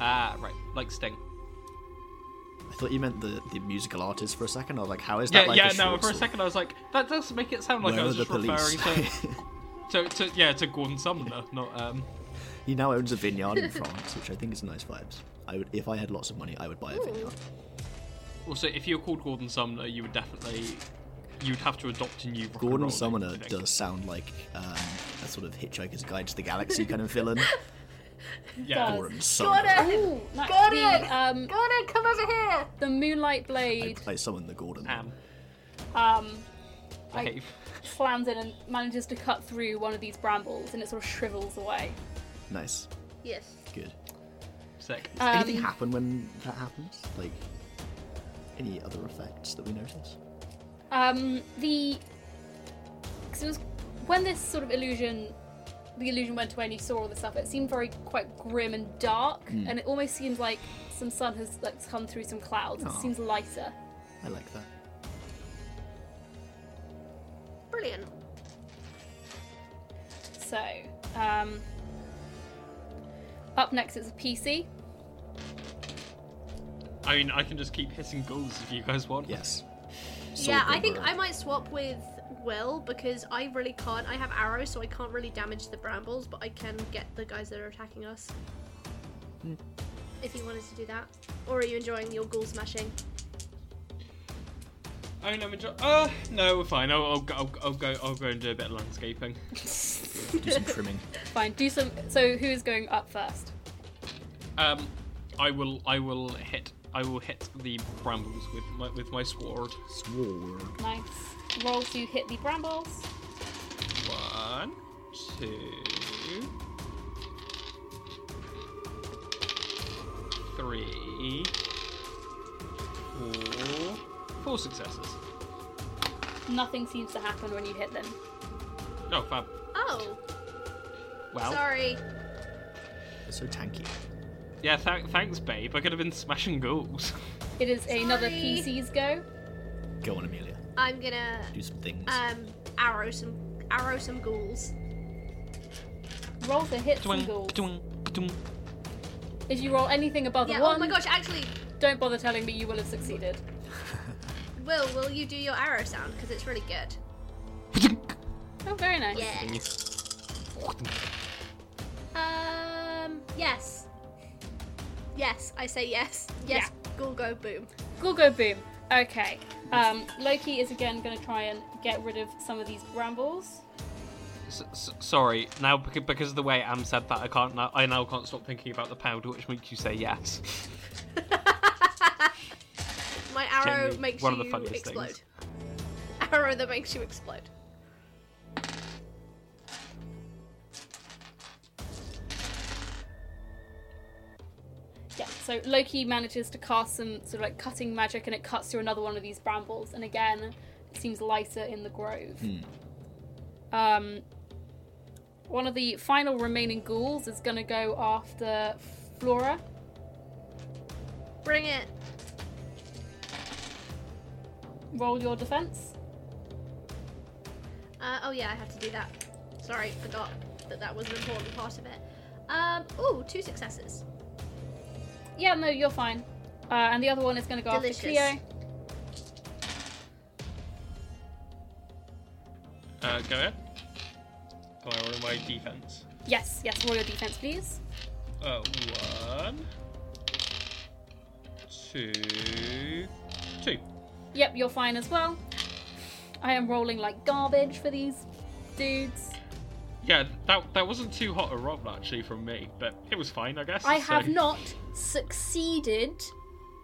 Speaker 5: Ah, right. Like Sting.
Speaker 2: I thought you meant the, the musical artist for a second. I was like, how is that
Speaker 5: Yeah,
Speaker 2: like
Speaker 5: yeah.
Speaker 2: a
Speaker 5: No,
Speaker 2: short
Speaker 5: for a
Speaker 2: sword?
Speaker 5: second I was like, that does make it sound like
Speaker 2: Where
Speaker 5: I
Speaker 2: are
Speaker 5: was
Speaker 2: the
Speaker 5: just referring to,
Speaker 2: police?
Speaker 5: to, to yeah to Gordon Sumner, not um.
Speaker 2: he now owns a vineyard in France, which I think is nice vibes. I would, if I had lots of money, I would buy a vineyard.
Speaker 5: Also, if you're called Gordon Sumner, you would definitely you'd have to adopt a new. rock and roll
Speaker 2: Gordon
Speaker 5: name,
Speaker 2: Summoner
Speaker 5: I think.
Speaker 2: does sound like um, a sort of Hitchhiker's Guide to the Galaxy kind of villain.
Speaker 4: Uh,
Speaker 5: Yeah.
Speaker 1: Does.
Speaker 2: Gordon Summoner.
Speaker 1: Ooh, nice.
Speaker 4: Got
Speaker 1: the,
Speaker 4: it!
Speaker 1: Um,
Speaker 4: Gordon, come over here!
Speaker 1: the moonlight
Speaker 2: I,
Speaker 1: blade
Speaker 2: I summon the Gordon.
Speaker 5: Am
Speaker 1: um,
Speaker 5: behave.
Speaker 1: slams in and manages to cut through one of these brambles, and it sort of shrivels away.
Speaker 2: Nice,
Speaker 4: Yes.
Speaker 2: good.
Speaker 5: Sick.
Speaker 4: Um,
Speaker 2: Anything happen when that happens? Like any other effects that we notice?
Speaker 1: Um, the 'cause it was when this sort of illusion, the illusion went away, and you saw all this stuff. It seemed very quite grim and dark, and it almost seemed like some sun has like come through some clouds. It
Speaker 2: Aw.
Speaker 1: seems lighter.
Speaker 2: I like that.
Speaker 4: Brilliant.
Speaker 1: So, um, up next is a PC.
Speaker 5: I mean, I can just keep hitting goals if you guys want.
Speaker 2: Yes.
Speaker 4: yeah, I
Speaker 2: Sword
Speaker 4: think
Speaker 2: Grimmer.
Speaker 4: I might swap with Will because I really can't. I have arrows, so I can't really damage the brambles, but I can get the guys that are attacking us. If you wanted to do that. Or are you enjoying your ghoul smashing?
Speaker 5: I mean, I'm enjoy- Uh, no, we're fine. I'll, I'll, go- I'll, I'll go. I'll go and do a bit of landscaping.
Speaker 2: do some trimming.
Speaker 1: Fine, do some. So, who is going up first?
Speaker 5: Um, I will. I will hit. I will hit the brambles with my with my sword.
Speaker 2: Sword.
Speaker 1: Nice. Roll to hit the brambles.
Speaker 5: One, two, three, four. Four successes.
Speaker 1: Nothing seems to happen when you hit them.
Speaker 5: Oh, fab.
Speaker 4: Oh,
Speaker 5: Well,
Speaker 4: sorry.
Speaker 2: It's so tanky.
Speaker 5: yeah. Th- thanks, babe. I could have been smashing goals.
Speaker 1: It is another
Speaker 4: Sorry.
Speaker 1: PC's go.
Speaker 2: Go on, Amelia.
Speaker 4: I'm gonna
Speaker 2: Do some things.
Speaker 4: um arrow some arrow some ghouls.
Speaker 1: Roll to hit some
Speaker 5: Doing,
Speaker 1: goals.
Speaker 5: doing, doing.
Speaker 1: If you roll anything above
Speaker 4: Yeah,
Speaker 1: a one,
Speaker 4: oh my gosh, actually,
Speaker 1: don't bother telling me you will have succeeded.
Speaker 4: Will, will you do your arrow sound? Because it's really good.
Speaker 1: Oh, very nice.
Speaker 4: Yeah. Um, yes. Yes, I say yes. Yes, ghoul go boom.
Speaker 1: Go go boom. Okay. Um, Loki is again going to try and get rid of some of these brambles.
Speaker 5: S- s- sorry, now beca- because of the way Am said that, I can't. Now, I now can't stop thinking about the powder, which makes you say yes.
Speaker 4: My arrow
Speaker 5: Genuinely
Speaker 4: makes
Speaker 5: one
Speaker 4: you
Speaker 5: of the funniest
Speaker 4: explode.
Speaker 5: things.
Speaker 4: Arrow that makes you explode.
Speaker 1: Yeah. So Loki manages to cast some sort of like cutting magic, and it cuts through another one of these brambles, and again, it seems lighter in the grove. Um, one of the final remaining ghouls is going to go after Flora.
Speaker 4: Bring it.
Speaker 1: Roll your defense.
Speaker 4: Uh, oh yeah, I have to do that. Sorry, forgot that that was an important part of it. Um, ooh, two successes.
Speaker 1: Yeah, no, you're fine. Uh, and the other one is going to go
Speaker 4: Delicious.
Speaker 1: after Cleo.
Speaker 5: Uh, go ahead. Can I roll my defense?
Speaker 1: Yes, yes, roll your defense, please.
Speaker 5: Uh, one, two, two.
Speaker 1: Yep, you're fine as well. I am rolling like garbage for these dudes.
Speaker 5: Yeah, that that wasn't too hot a roll actually from me, but it was fine, I guess.
Speaker 1: I
Speaker 5: so-
Speaker 1: have not succeeded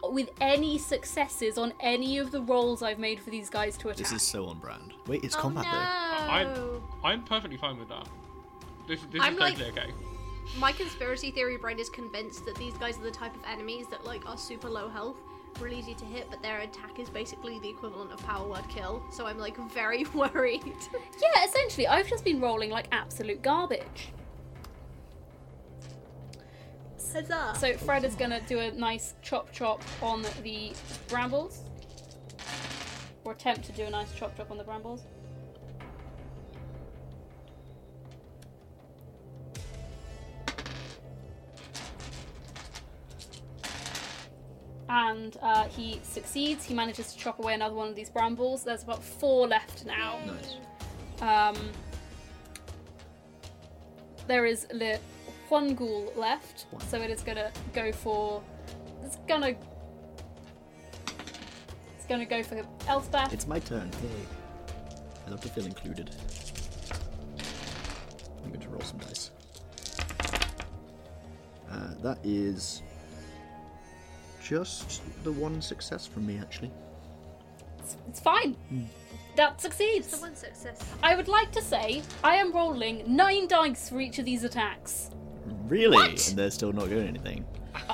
Speaker 1: with any successes on any of the rolls I've made for these guys to attack.
Speaker 2: This is so on brand. Wait, it's
Speaker 4: oh
Speaker 2: combat
Speaker 4: no.
Speaker 2: though.
Speaker 5: I'm I'm perfectly fine with that. This, this
Speaker 4: I'm
Speaker 5: is
Speaker 4: like-
Speaker 5: totally okay.
Speaker 4: My conspiracy theory brain is convinced that these guys are the type of enemies that like are super low health, really easy to hit, but their attack is basically the equivalent of power word kill. So I'm like very worried.
Speaker 1: Yeah, essentially, I've just been rolling like absolute garbage.
Speaker 4: Huzzah!
Speaker 1: So Fred is gonna do a nice chop chop on the brambles, or attempt to do a nice chop chop on the brambles. And uh, he succeeds. He manages to chop away another one of these brambles. There's about four left now.
Speaker 2: Nice.
Speaker 1: Um, there is le- one ghoul left, so it is gonna go for. It's gonna. It's gonna go for Elspeth.
Speaker 2: It's my turn. Yay. I love to feel included. I'm going to roll some dice. Uh, that is just the one success from me, actually.
Speaker 1: It's, it's fine.
Speaker 2: Hmm.
Speaker 1: That succeeds.
Speaker 4: One success.
Speaker 1: I would like to say I am rolling nine dice for each of these attacks.
Speaker 2: Really? And they're still not going anything.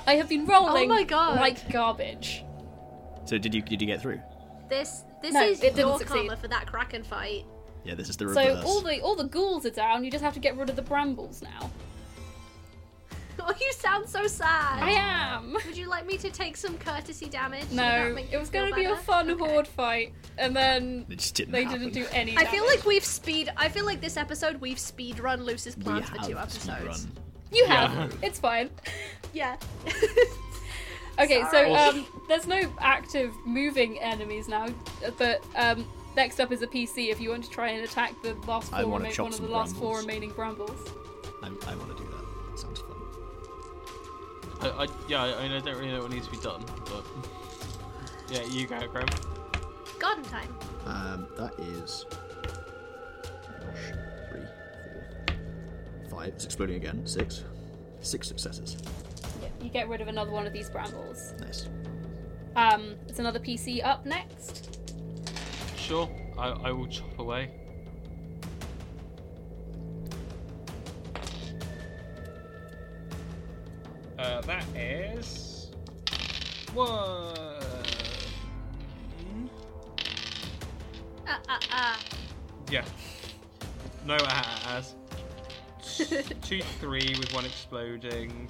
Speaker 1: I have been rolling
Speaker 4: Oh my God.
Speaker 1: like garbage.
Speaker 2: So did you did you get through?
Speaker 4: This this
Speaker 1: No,
Speaker 4: is
Speaker 1: it didn't
Speaker 4: your
Speaker 1: succeed.
Speaker 4: karma for that kraken fight.
Speaker 2: Yeah, this is the
Speaker 1: So
Speaker 2: reverse.
Speaker 1: all the all the ghouls are down. You just have to get rid of the brambles now.
Speaker 4: Oh, you sound so sad.
Speaker 1: I
Speaker 2: Ah.
Speaker 1: am.
Speaker 4: Would you like me to take some courtesy damage? Would that
Speaker 1: No,
Speaker 4: make
Speaker 1: it
Speaker 4: you
Speaker 1: was
Speaker 4: feel
Speaker 1: going to be a
Speaker 4: better?
Speaker 1: fun
Speaker 4: Okay.
Speaker 1: horde fight, and then
Speaker 2: it just didn't
Speaker 1: they
Speaker 2: happen.
Speaker 1: didn't do any.
Speaker 4: I feel
Speaker 1: damage.
Speaker 4: like we've speed. I feel like this episode we've speed run Luce's
Speaker 2: we
Speaker 4: plans
Speaker 2: have
Speaker 4: for two episodes.
Speaker 2: speedrun.
Speaker 1: you have. It's fine.
Speaker 4: Yeah.
Speaker 1: Okay,
Speaker 4: Sorry.
Speaker 1: so um, there's no active moving enemies now, but um, next up is a PC. If you want to try and attack the last
Speaker 2: I
Speaker 1: four,
Speaker 2: wanna
Speaker 1: rema-
Speaker 2: chop
Speaker 1: one of the
Speaker 2: some
Speaker 1: last four
Speaker 2: brambles.
Speaker 1: remaining brambles.
Speaker 2: I, I want to do that. Sounds fun.
Speaker 5: I, I, yeah, I, I mean, I don't really know what needs to be done, but yeah, you go, Graham.
Speaker 4: Garden time.
Speaker 2: Um, that is. Gosh, three, four, five. It's exploding again. Six. Six successes.
Speaker 1: Yeah, you get rid of another one of these brambles.
Speaker 2: Nice.
Speaker 1: Um, it's another PC up next.
Speaker 5: Sure, I, I will chop away.
Speaker 3: Uh, that is one.
Speaker 4: Uh, uh, uh.
Speaker 3: Yeah. No as. Two, three with one exploding.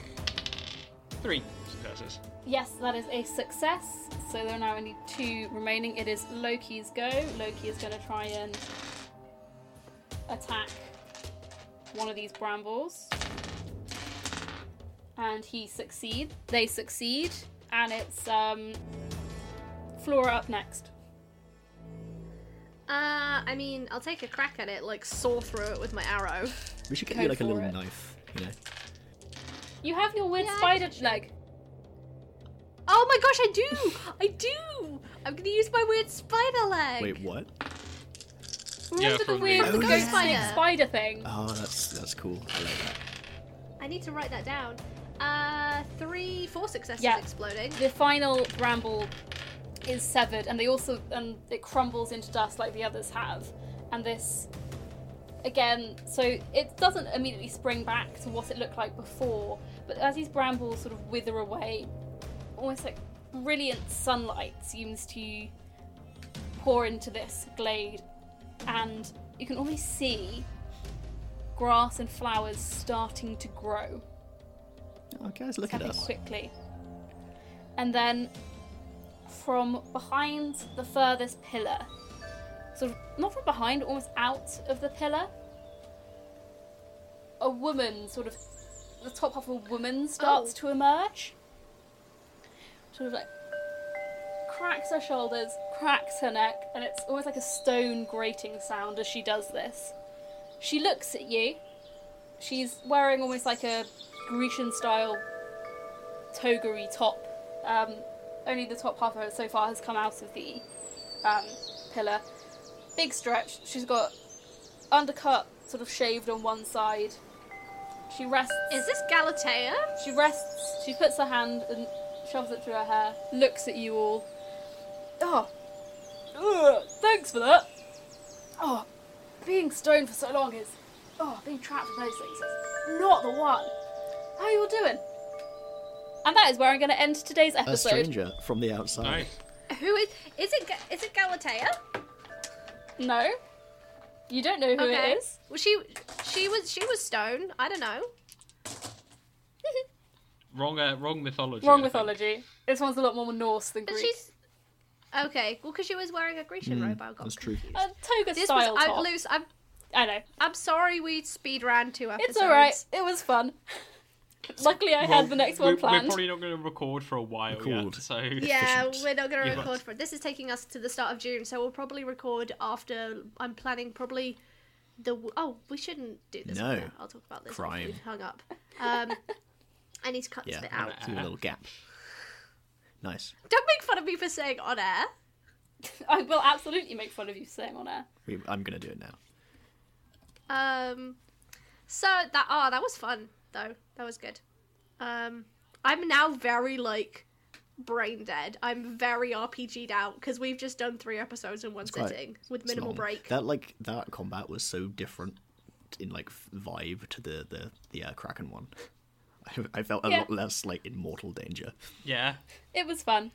Speaker 3: Three successes.
Speaker 1: Yes, that is a success. So there are now only two remaining. It is Loki's go. Loki is going to try and attack one of these brambles. And he succeed. They succeed. And it's um, Flora up next.
Speaker 4: Uh, I mean, I'll take a crack at it, like saw through it with my arrow.
Speaker 2: We should get
Speaker 1: Go
Speaker 2: you like a
Speaker 1: for
Speaker 2: little
Speaker 1: it.
Speaker 2: knife, you know?
Speaker 1: You have your weird
Speaker 4: Yeah, I
Speaker 1: spider leg.
Speaker 4: Oh my gosh, I do! I do! I'm gonna use my weird spider leg.
Speaker 2: Wait, what?
Speaker 1: Remember the
Speaker 5: from the-
Speaker 1: weird
Speaker 2: Oh,
Speaker 1: ghost
Speaker 2: yeah.
Speaker 1: snake spider thing?
Speaker 2: Oh, that's that's cool. I like that.
Speaker 4: I need to write that down. Uh, three, four successes
Speaker 1: Yeah.
Speaker 4: exploding.
Speaker 1: The final bramble is severed, and they also and it crumbles into dust like the others have. And this, again, so it doesn't immediately spring back to what it looked like before. But as these brambles sort of wither away, almost like brilliant sunlight seems to pour into this glade, and you can only see grass and flowers starting to grow
Speaker 2: Oh, guys, look at
Speaker 1: stepping
Speaker 2: us.
Speaker 1: quickly. And then from behind the furthest pillar, sort of not from behind, almost out of the pillar, a woman, sort of the top half of a woman, starts to emerge. Sort of like cracks her shoulders, cracks her neck, and it's almost like a stone grating sound as she does this. She looks at you. She's wearing almost like a Grecian style toggery top. Um, only the top half of her so far has come out of the um, pillar. Big stretch. She's got undercut, sort of shaved on one side. She rests.
Speaker 4: Is this Galatea?
Speaker 1: She rests, she puts her hand and shoves it through her hair, looks at you all. Oh, ugh, thanks for that. Oh, being stoned for so long is oh, being trapped with those things is not the one. How are you all doing? And that is where I'm going to end today's
Speaker 2: A
Speaker 1: episode.
Speaker 2: stranger from the outside.
Speaker 5: Nice.
Speaker 4: Who is? Is it? Ga- Is it Galatea?
Speaker 1: No, you don't know who it is.
Speaker 4: Well, she she was she was stone. I don't know.
Speaker 5: Wrong, uh, wrong mythology.
Speaker 1: Wrong
Speaker 5: I think.
Speaker 1: mythology. This one's a lot more Norse than
Speaker 4: But
Speaker 1: Greek.
Speaker 4: she's okay. Well, because she was wearing a Grecian robe, I got
Speaker 2: Hmm, that's true.
Speaker 4: confused.
Speaker 1: a toga
Speaker 4: This
Speaker 1: style
Speaker 4: was I,
Speaker 1: top.
Speaker 4: loose. I'm
Speaker 1: I know.
Speaker 4: I'm sorry. We speed ran two episodes.
Speaker 1: It's all right. It was fun. Luckily, I
Speaker 5: Well,
Speaker 1: had the next
Speaker 5: we're-
Speaker 1: one
Speaker 5: We're
Speaker 1: planned.
Speaker 5: probably not going to record for a while
Speaker 2: Record.
Speaker 5: yet, so
Speaker 4: Yeah,
Speaker 2: efficient.
Speaker 4: we're not going
Speaker 5: Yeah.
Speaker 4: to record for this is taking us to the start of June, so we'll probably record after. I'm planning probably the w- oh we shouldn't do this.
Speaker 2: No.
Speaker 4: now. I'll talk about this.
Speaker 2: Crime.
Speaker 4: Crime. Hung up. Um, I need to cut
Speaker 2: Yeah,
Speaker 4: this bit out.
Speaker 2: do a little gap. Nice.
Speaker 4: Don't make fun of me for saying on air.
Speaker 1: I will absolutely make fun of you saying on air.
Speaker 2: We, I'm going to do it now.
Speaker 4: Um, so that ah, that was fun though. That was good. Um, I'm now very like brain dead. I'm very RPG'd out because we've just done three episodes in one
Speaker 2: quite-
Speaker 4: sitting with
Speaker 2: It's
Speaker 4: minimal
Speaker 2: long.
Speaker 4: break.
Speaker 2: That like that combat was so different in like f- vibe to the the the uh, Kraken one. I, I felt a
Speaker 1: Yeah.
Speaker 2: lot less like in mortal danger.
Speaker 5: yeah.
Speaker 1: It was fun.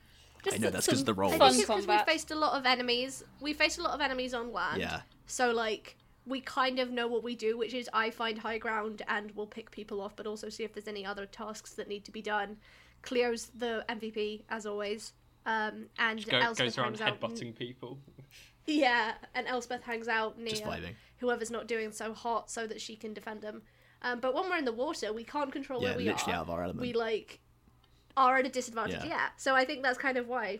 Speaker 1: Just
Speaker 2: I know
Speaker 1: some-
Speaker 2: that's 'cause of the
Speaker 1: some
Speaker 2: roles.
Speaker 4: I
Speaker 2: Fun
Speaker 4: think it's because we
Speaker 1: combat.
Speaker 4: faced a lot of enemies. We faced a lot of enemies on land.
Speaker 2: Yeah,
Speaker 4: So like we kind of know what we do, which is I find high ground and we'll pick people off, but also see if there's any other tasks that need to be done. Cleo's the MVP as always. Um, and
Speaker 5: Go,
Speaker 4: Elspeth
Speaker 5: goes around
Speaker 4: hangs out.
Speaker 5: headbutting people.
Speaker 4: Yeah, and Elspeth hangs out near
Speaker 2: just vibing.
Speaker 4: whoever's not doing so hot, so that she can defend them. Um, but when we're in the water, we can't control
Speaker 2: Yeah,
Speaker 4: where we
Speaker 2: literally
Speaker 4: are.
Speaker 2: out of our element.
Speaker 4: we like are at a disadvantage.
Speaker 2: Yeah.
Speaker 4: Yeah. So I think that's kind of why.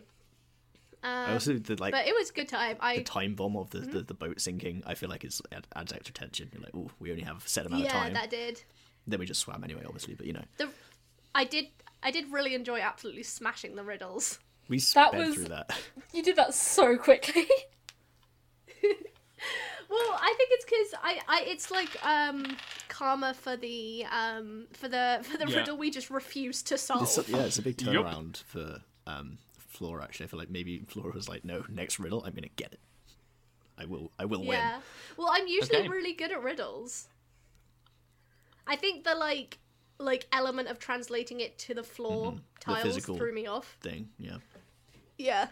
Speaker 4: Um,
Speaker 2: I also the like
Speaker 4: but it was mm-hmm. a good time. I
Speaker 2: the time bomb of the, the, the boat sinking. I feel like it's ad- adds extra tension. You're like, oh, we only have a set amount
Speaker 4: yeah,
Speaker 2: of time.
Speaker 4: that did.
Speaker 2: Then we just swam anyway, obviously. But you know,
Speaker 4: The I did I did really enjoy absolutely smashing the riddles.
Speaker 2: we sped
Speaker 1: was-
Speaker 2: through that.
Speaker 1: You did that so quickly.
Speaker 4: Well, I think it's because I, I it's like um karma for the um for the for the
Speaker 5: Yeah.
Speaker 4: riddle we just refused to solve.
Speaker 2: It's, yeah, it's a big
Speaker 5: Oh. Yup.
Speaker 2: turnaround for um, Flora. Actually, I feel like maybe Flora was like, "No, next riddle, I'm gonna get it. I will, I will
Speaker 4: Yeah.
Speaker 2: win."
Speaker 4: Well, I'm usually
Speaker 5: Okay.
Speaker 4: really good at riddles. I think the like like element of translating it to the floor tiles
Speaker 2: Mm-hmm. physical-
Speaker 4: threw me off.
Speaker 2: Thing, yeah.
Speaker 4: Yeah.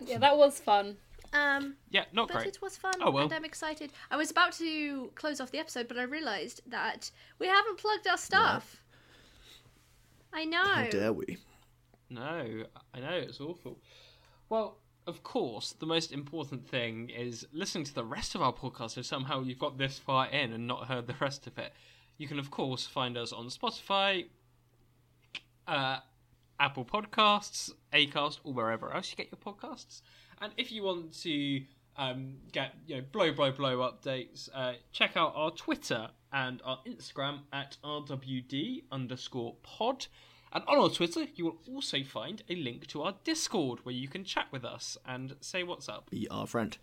Speaker 1: yeah, that was fun.
Speaker 4: Um
Speaker 5: Yeah, not
Speaker 4: but
Speaker 5: great.
Speaker 4: it was fun
Speaker 5: Oh, well.
Speaker 4: and I'm excited. I was about to close off the episode but I realized that we haven't plugged our stuff. I
Speaker 2: How
Speaker 4: know.
Speaker 2: dare we?
Speaker 5: No, I know it's awful. Well, of course, the most important thing is listening to the rest of our podcast. If somehow you've got this far in and not heard the rest of it, you can of course find us on Spotify, uh, Apple Podcasts, Acast, or wherever else you get your podcasts. And if you want to um, get you know blow by blow updates, uh, check out our Twitter and our Instagram at rwd underscore pod. And on our Twitter, you will also find a link to our Discord where you can chat with us and say what's up.
Speaker 2: Be our friend.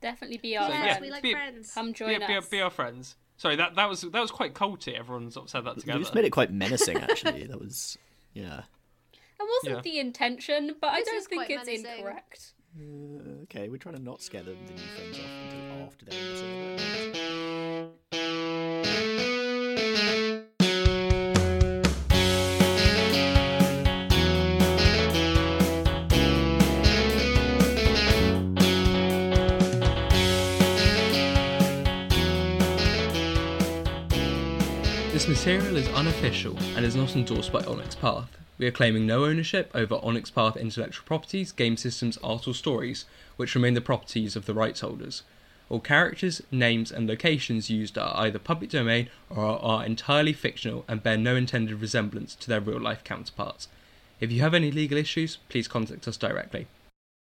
Speaker 1: Definitely be our
Speaker 5: So,
Speaker 4: Yes,
Speaker 5: yeah.
Speaker 1: friend.
Speaker 4: we like
Speaker 5: Be-
Speaker 4: friends.
Speaker 1: Come
Speaker 5: Be,
Speaker 1: join
Speaker 5: be,
Speaker 1: us.
Speaker 5: be our friends. Sorry, that, that was that was quite culty. Everyone sort of said that
Speaker 2: You
Speaker 5: together.
Speaker 2: just made it quite menacing, actually. that was, yeah.
Speaker 1: That wasn't
Speaker 5: Yeah.
Speaker 1: the intention, but I
Speaker 4: This
Speaker 1: don't
Speaker 4: is
Speaker 1: think
Speaker 4: quite
Speaker 1: it's
Speaker 4: menacing.
Speaker 1: incorrect.
Speaker 2: Uh, Okay, we're trying to not scare the, the new friends off until after their episode.
Speaker 5: This material is unofficial and is not endorsed by Onyx Path. We are claiming no ownership over Onyx Path intellectual properties, game systems, art, or stories, which remain the properties of the rights holders. All characters, names, and locations used are either public domain or are entirely fictional and bear no intended resemblance to their real life counterparts. If you have any legal issues, please contact us directly.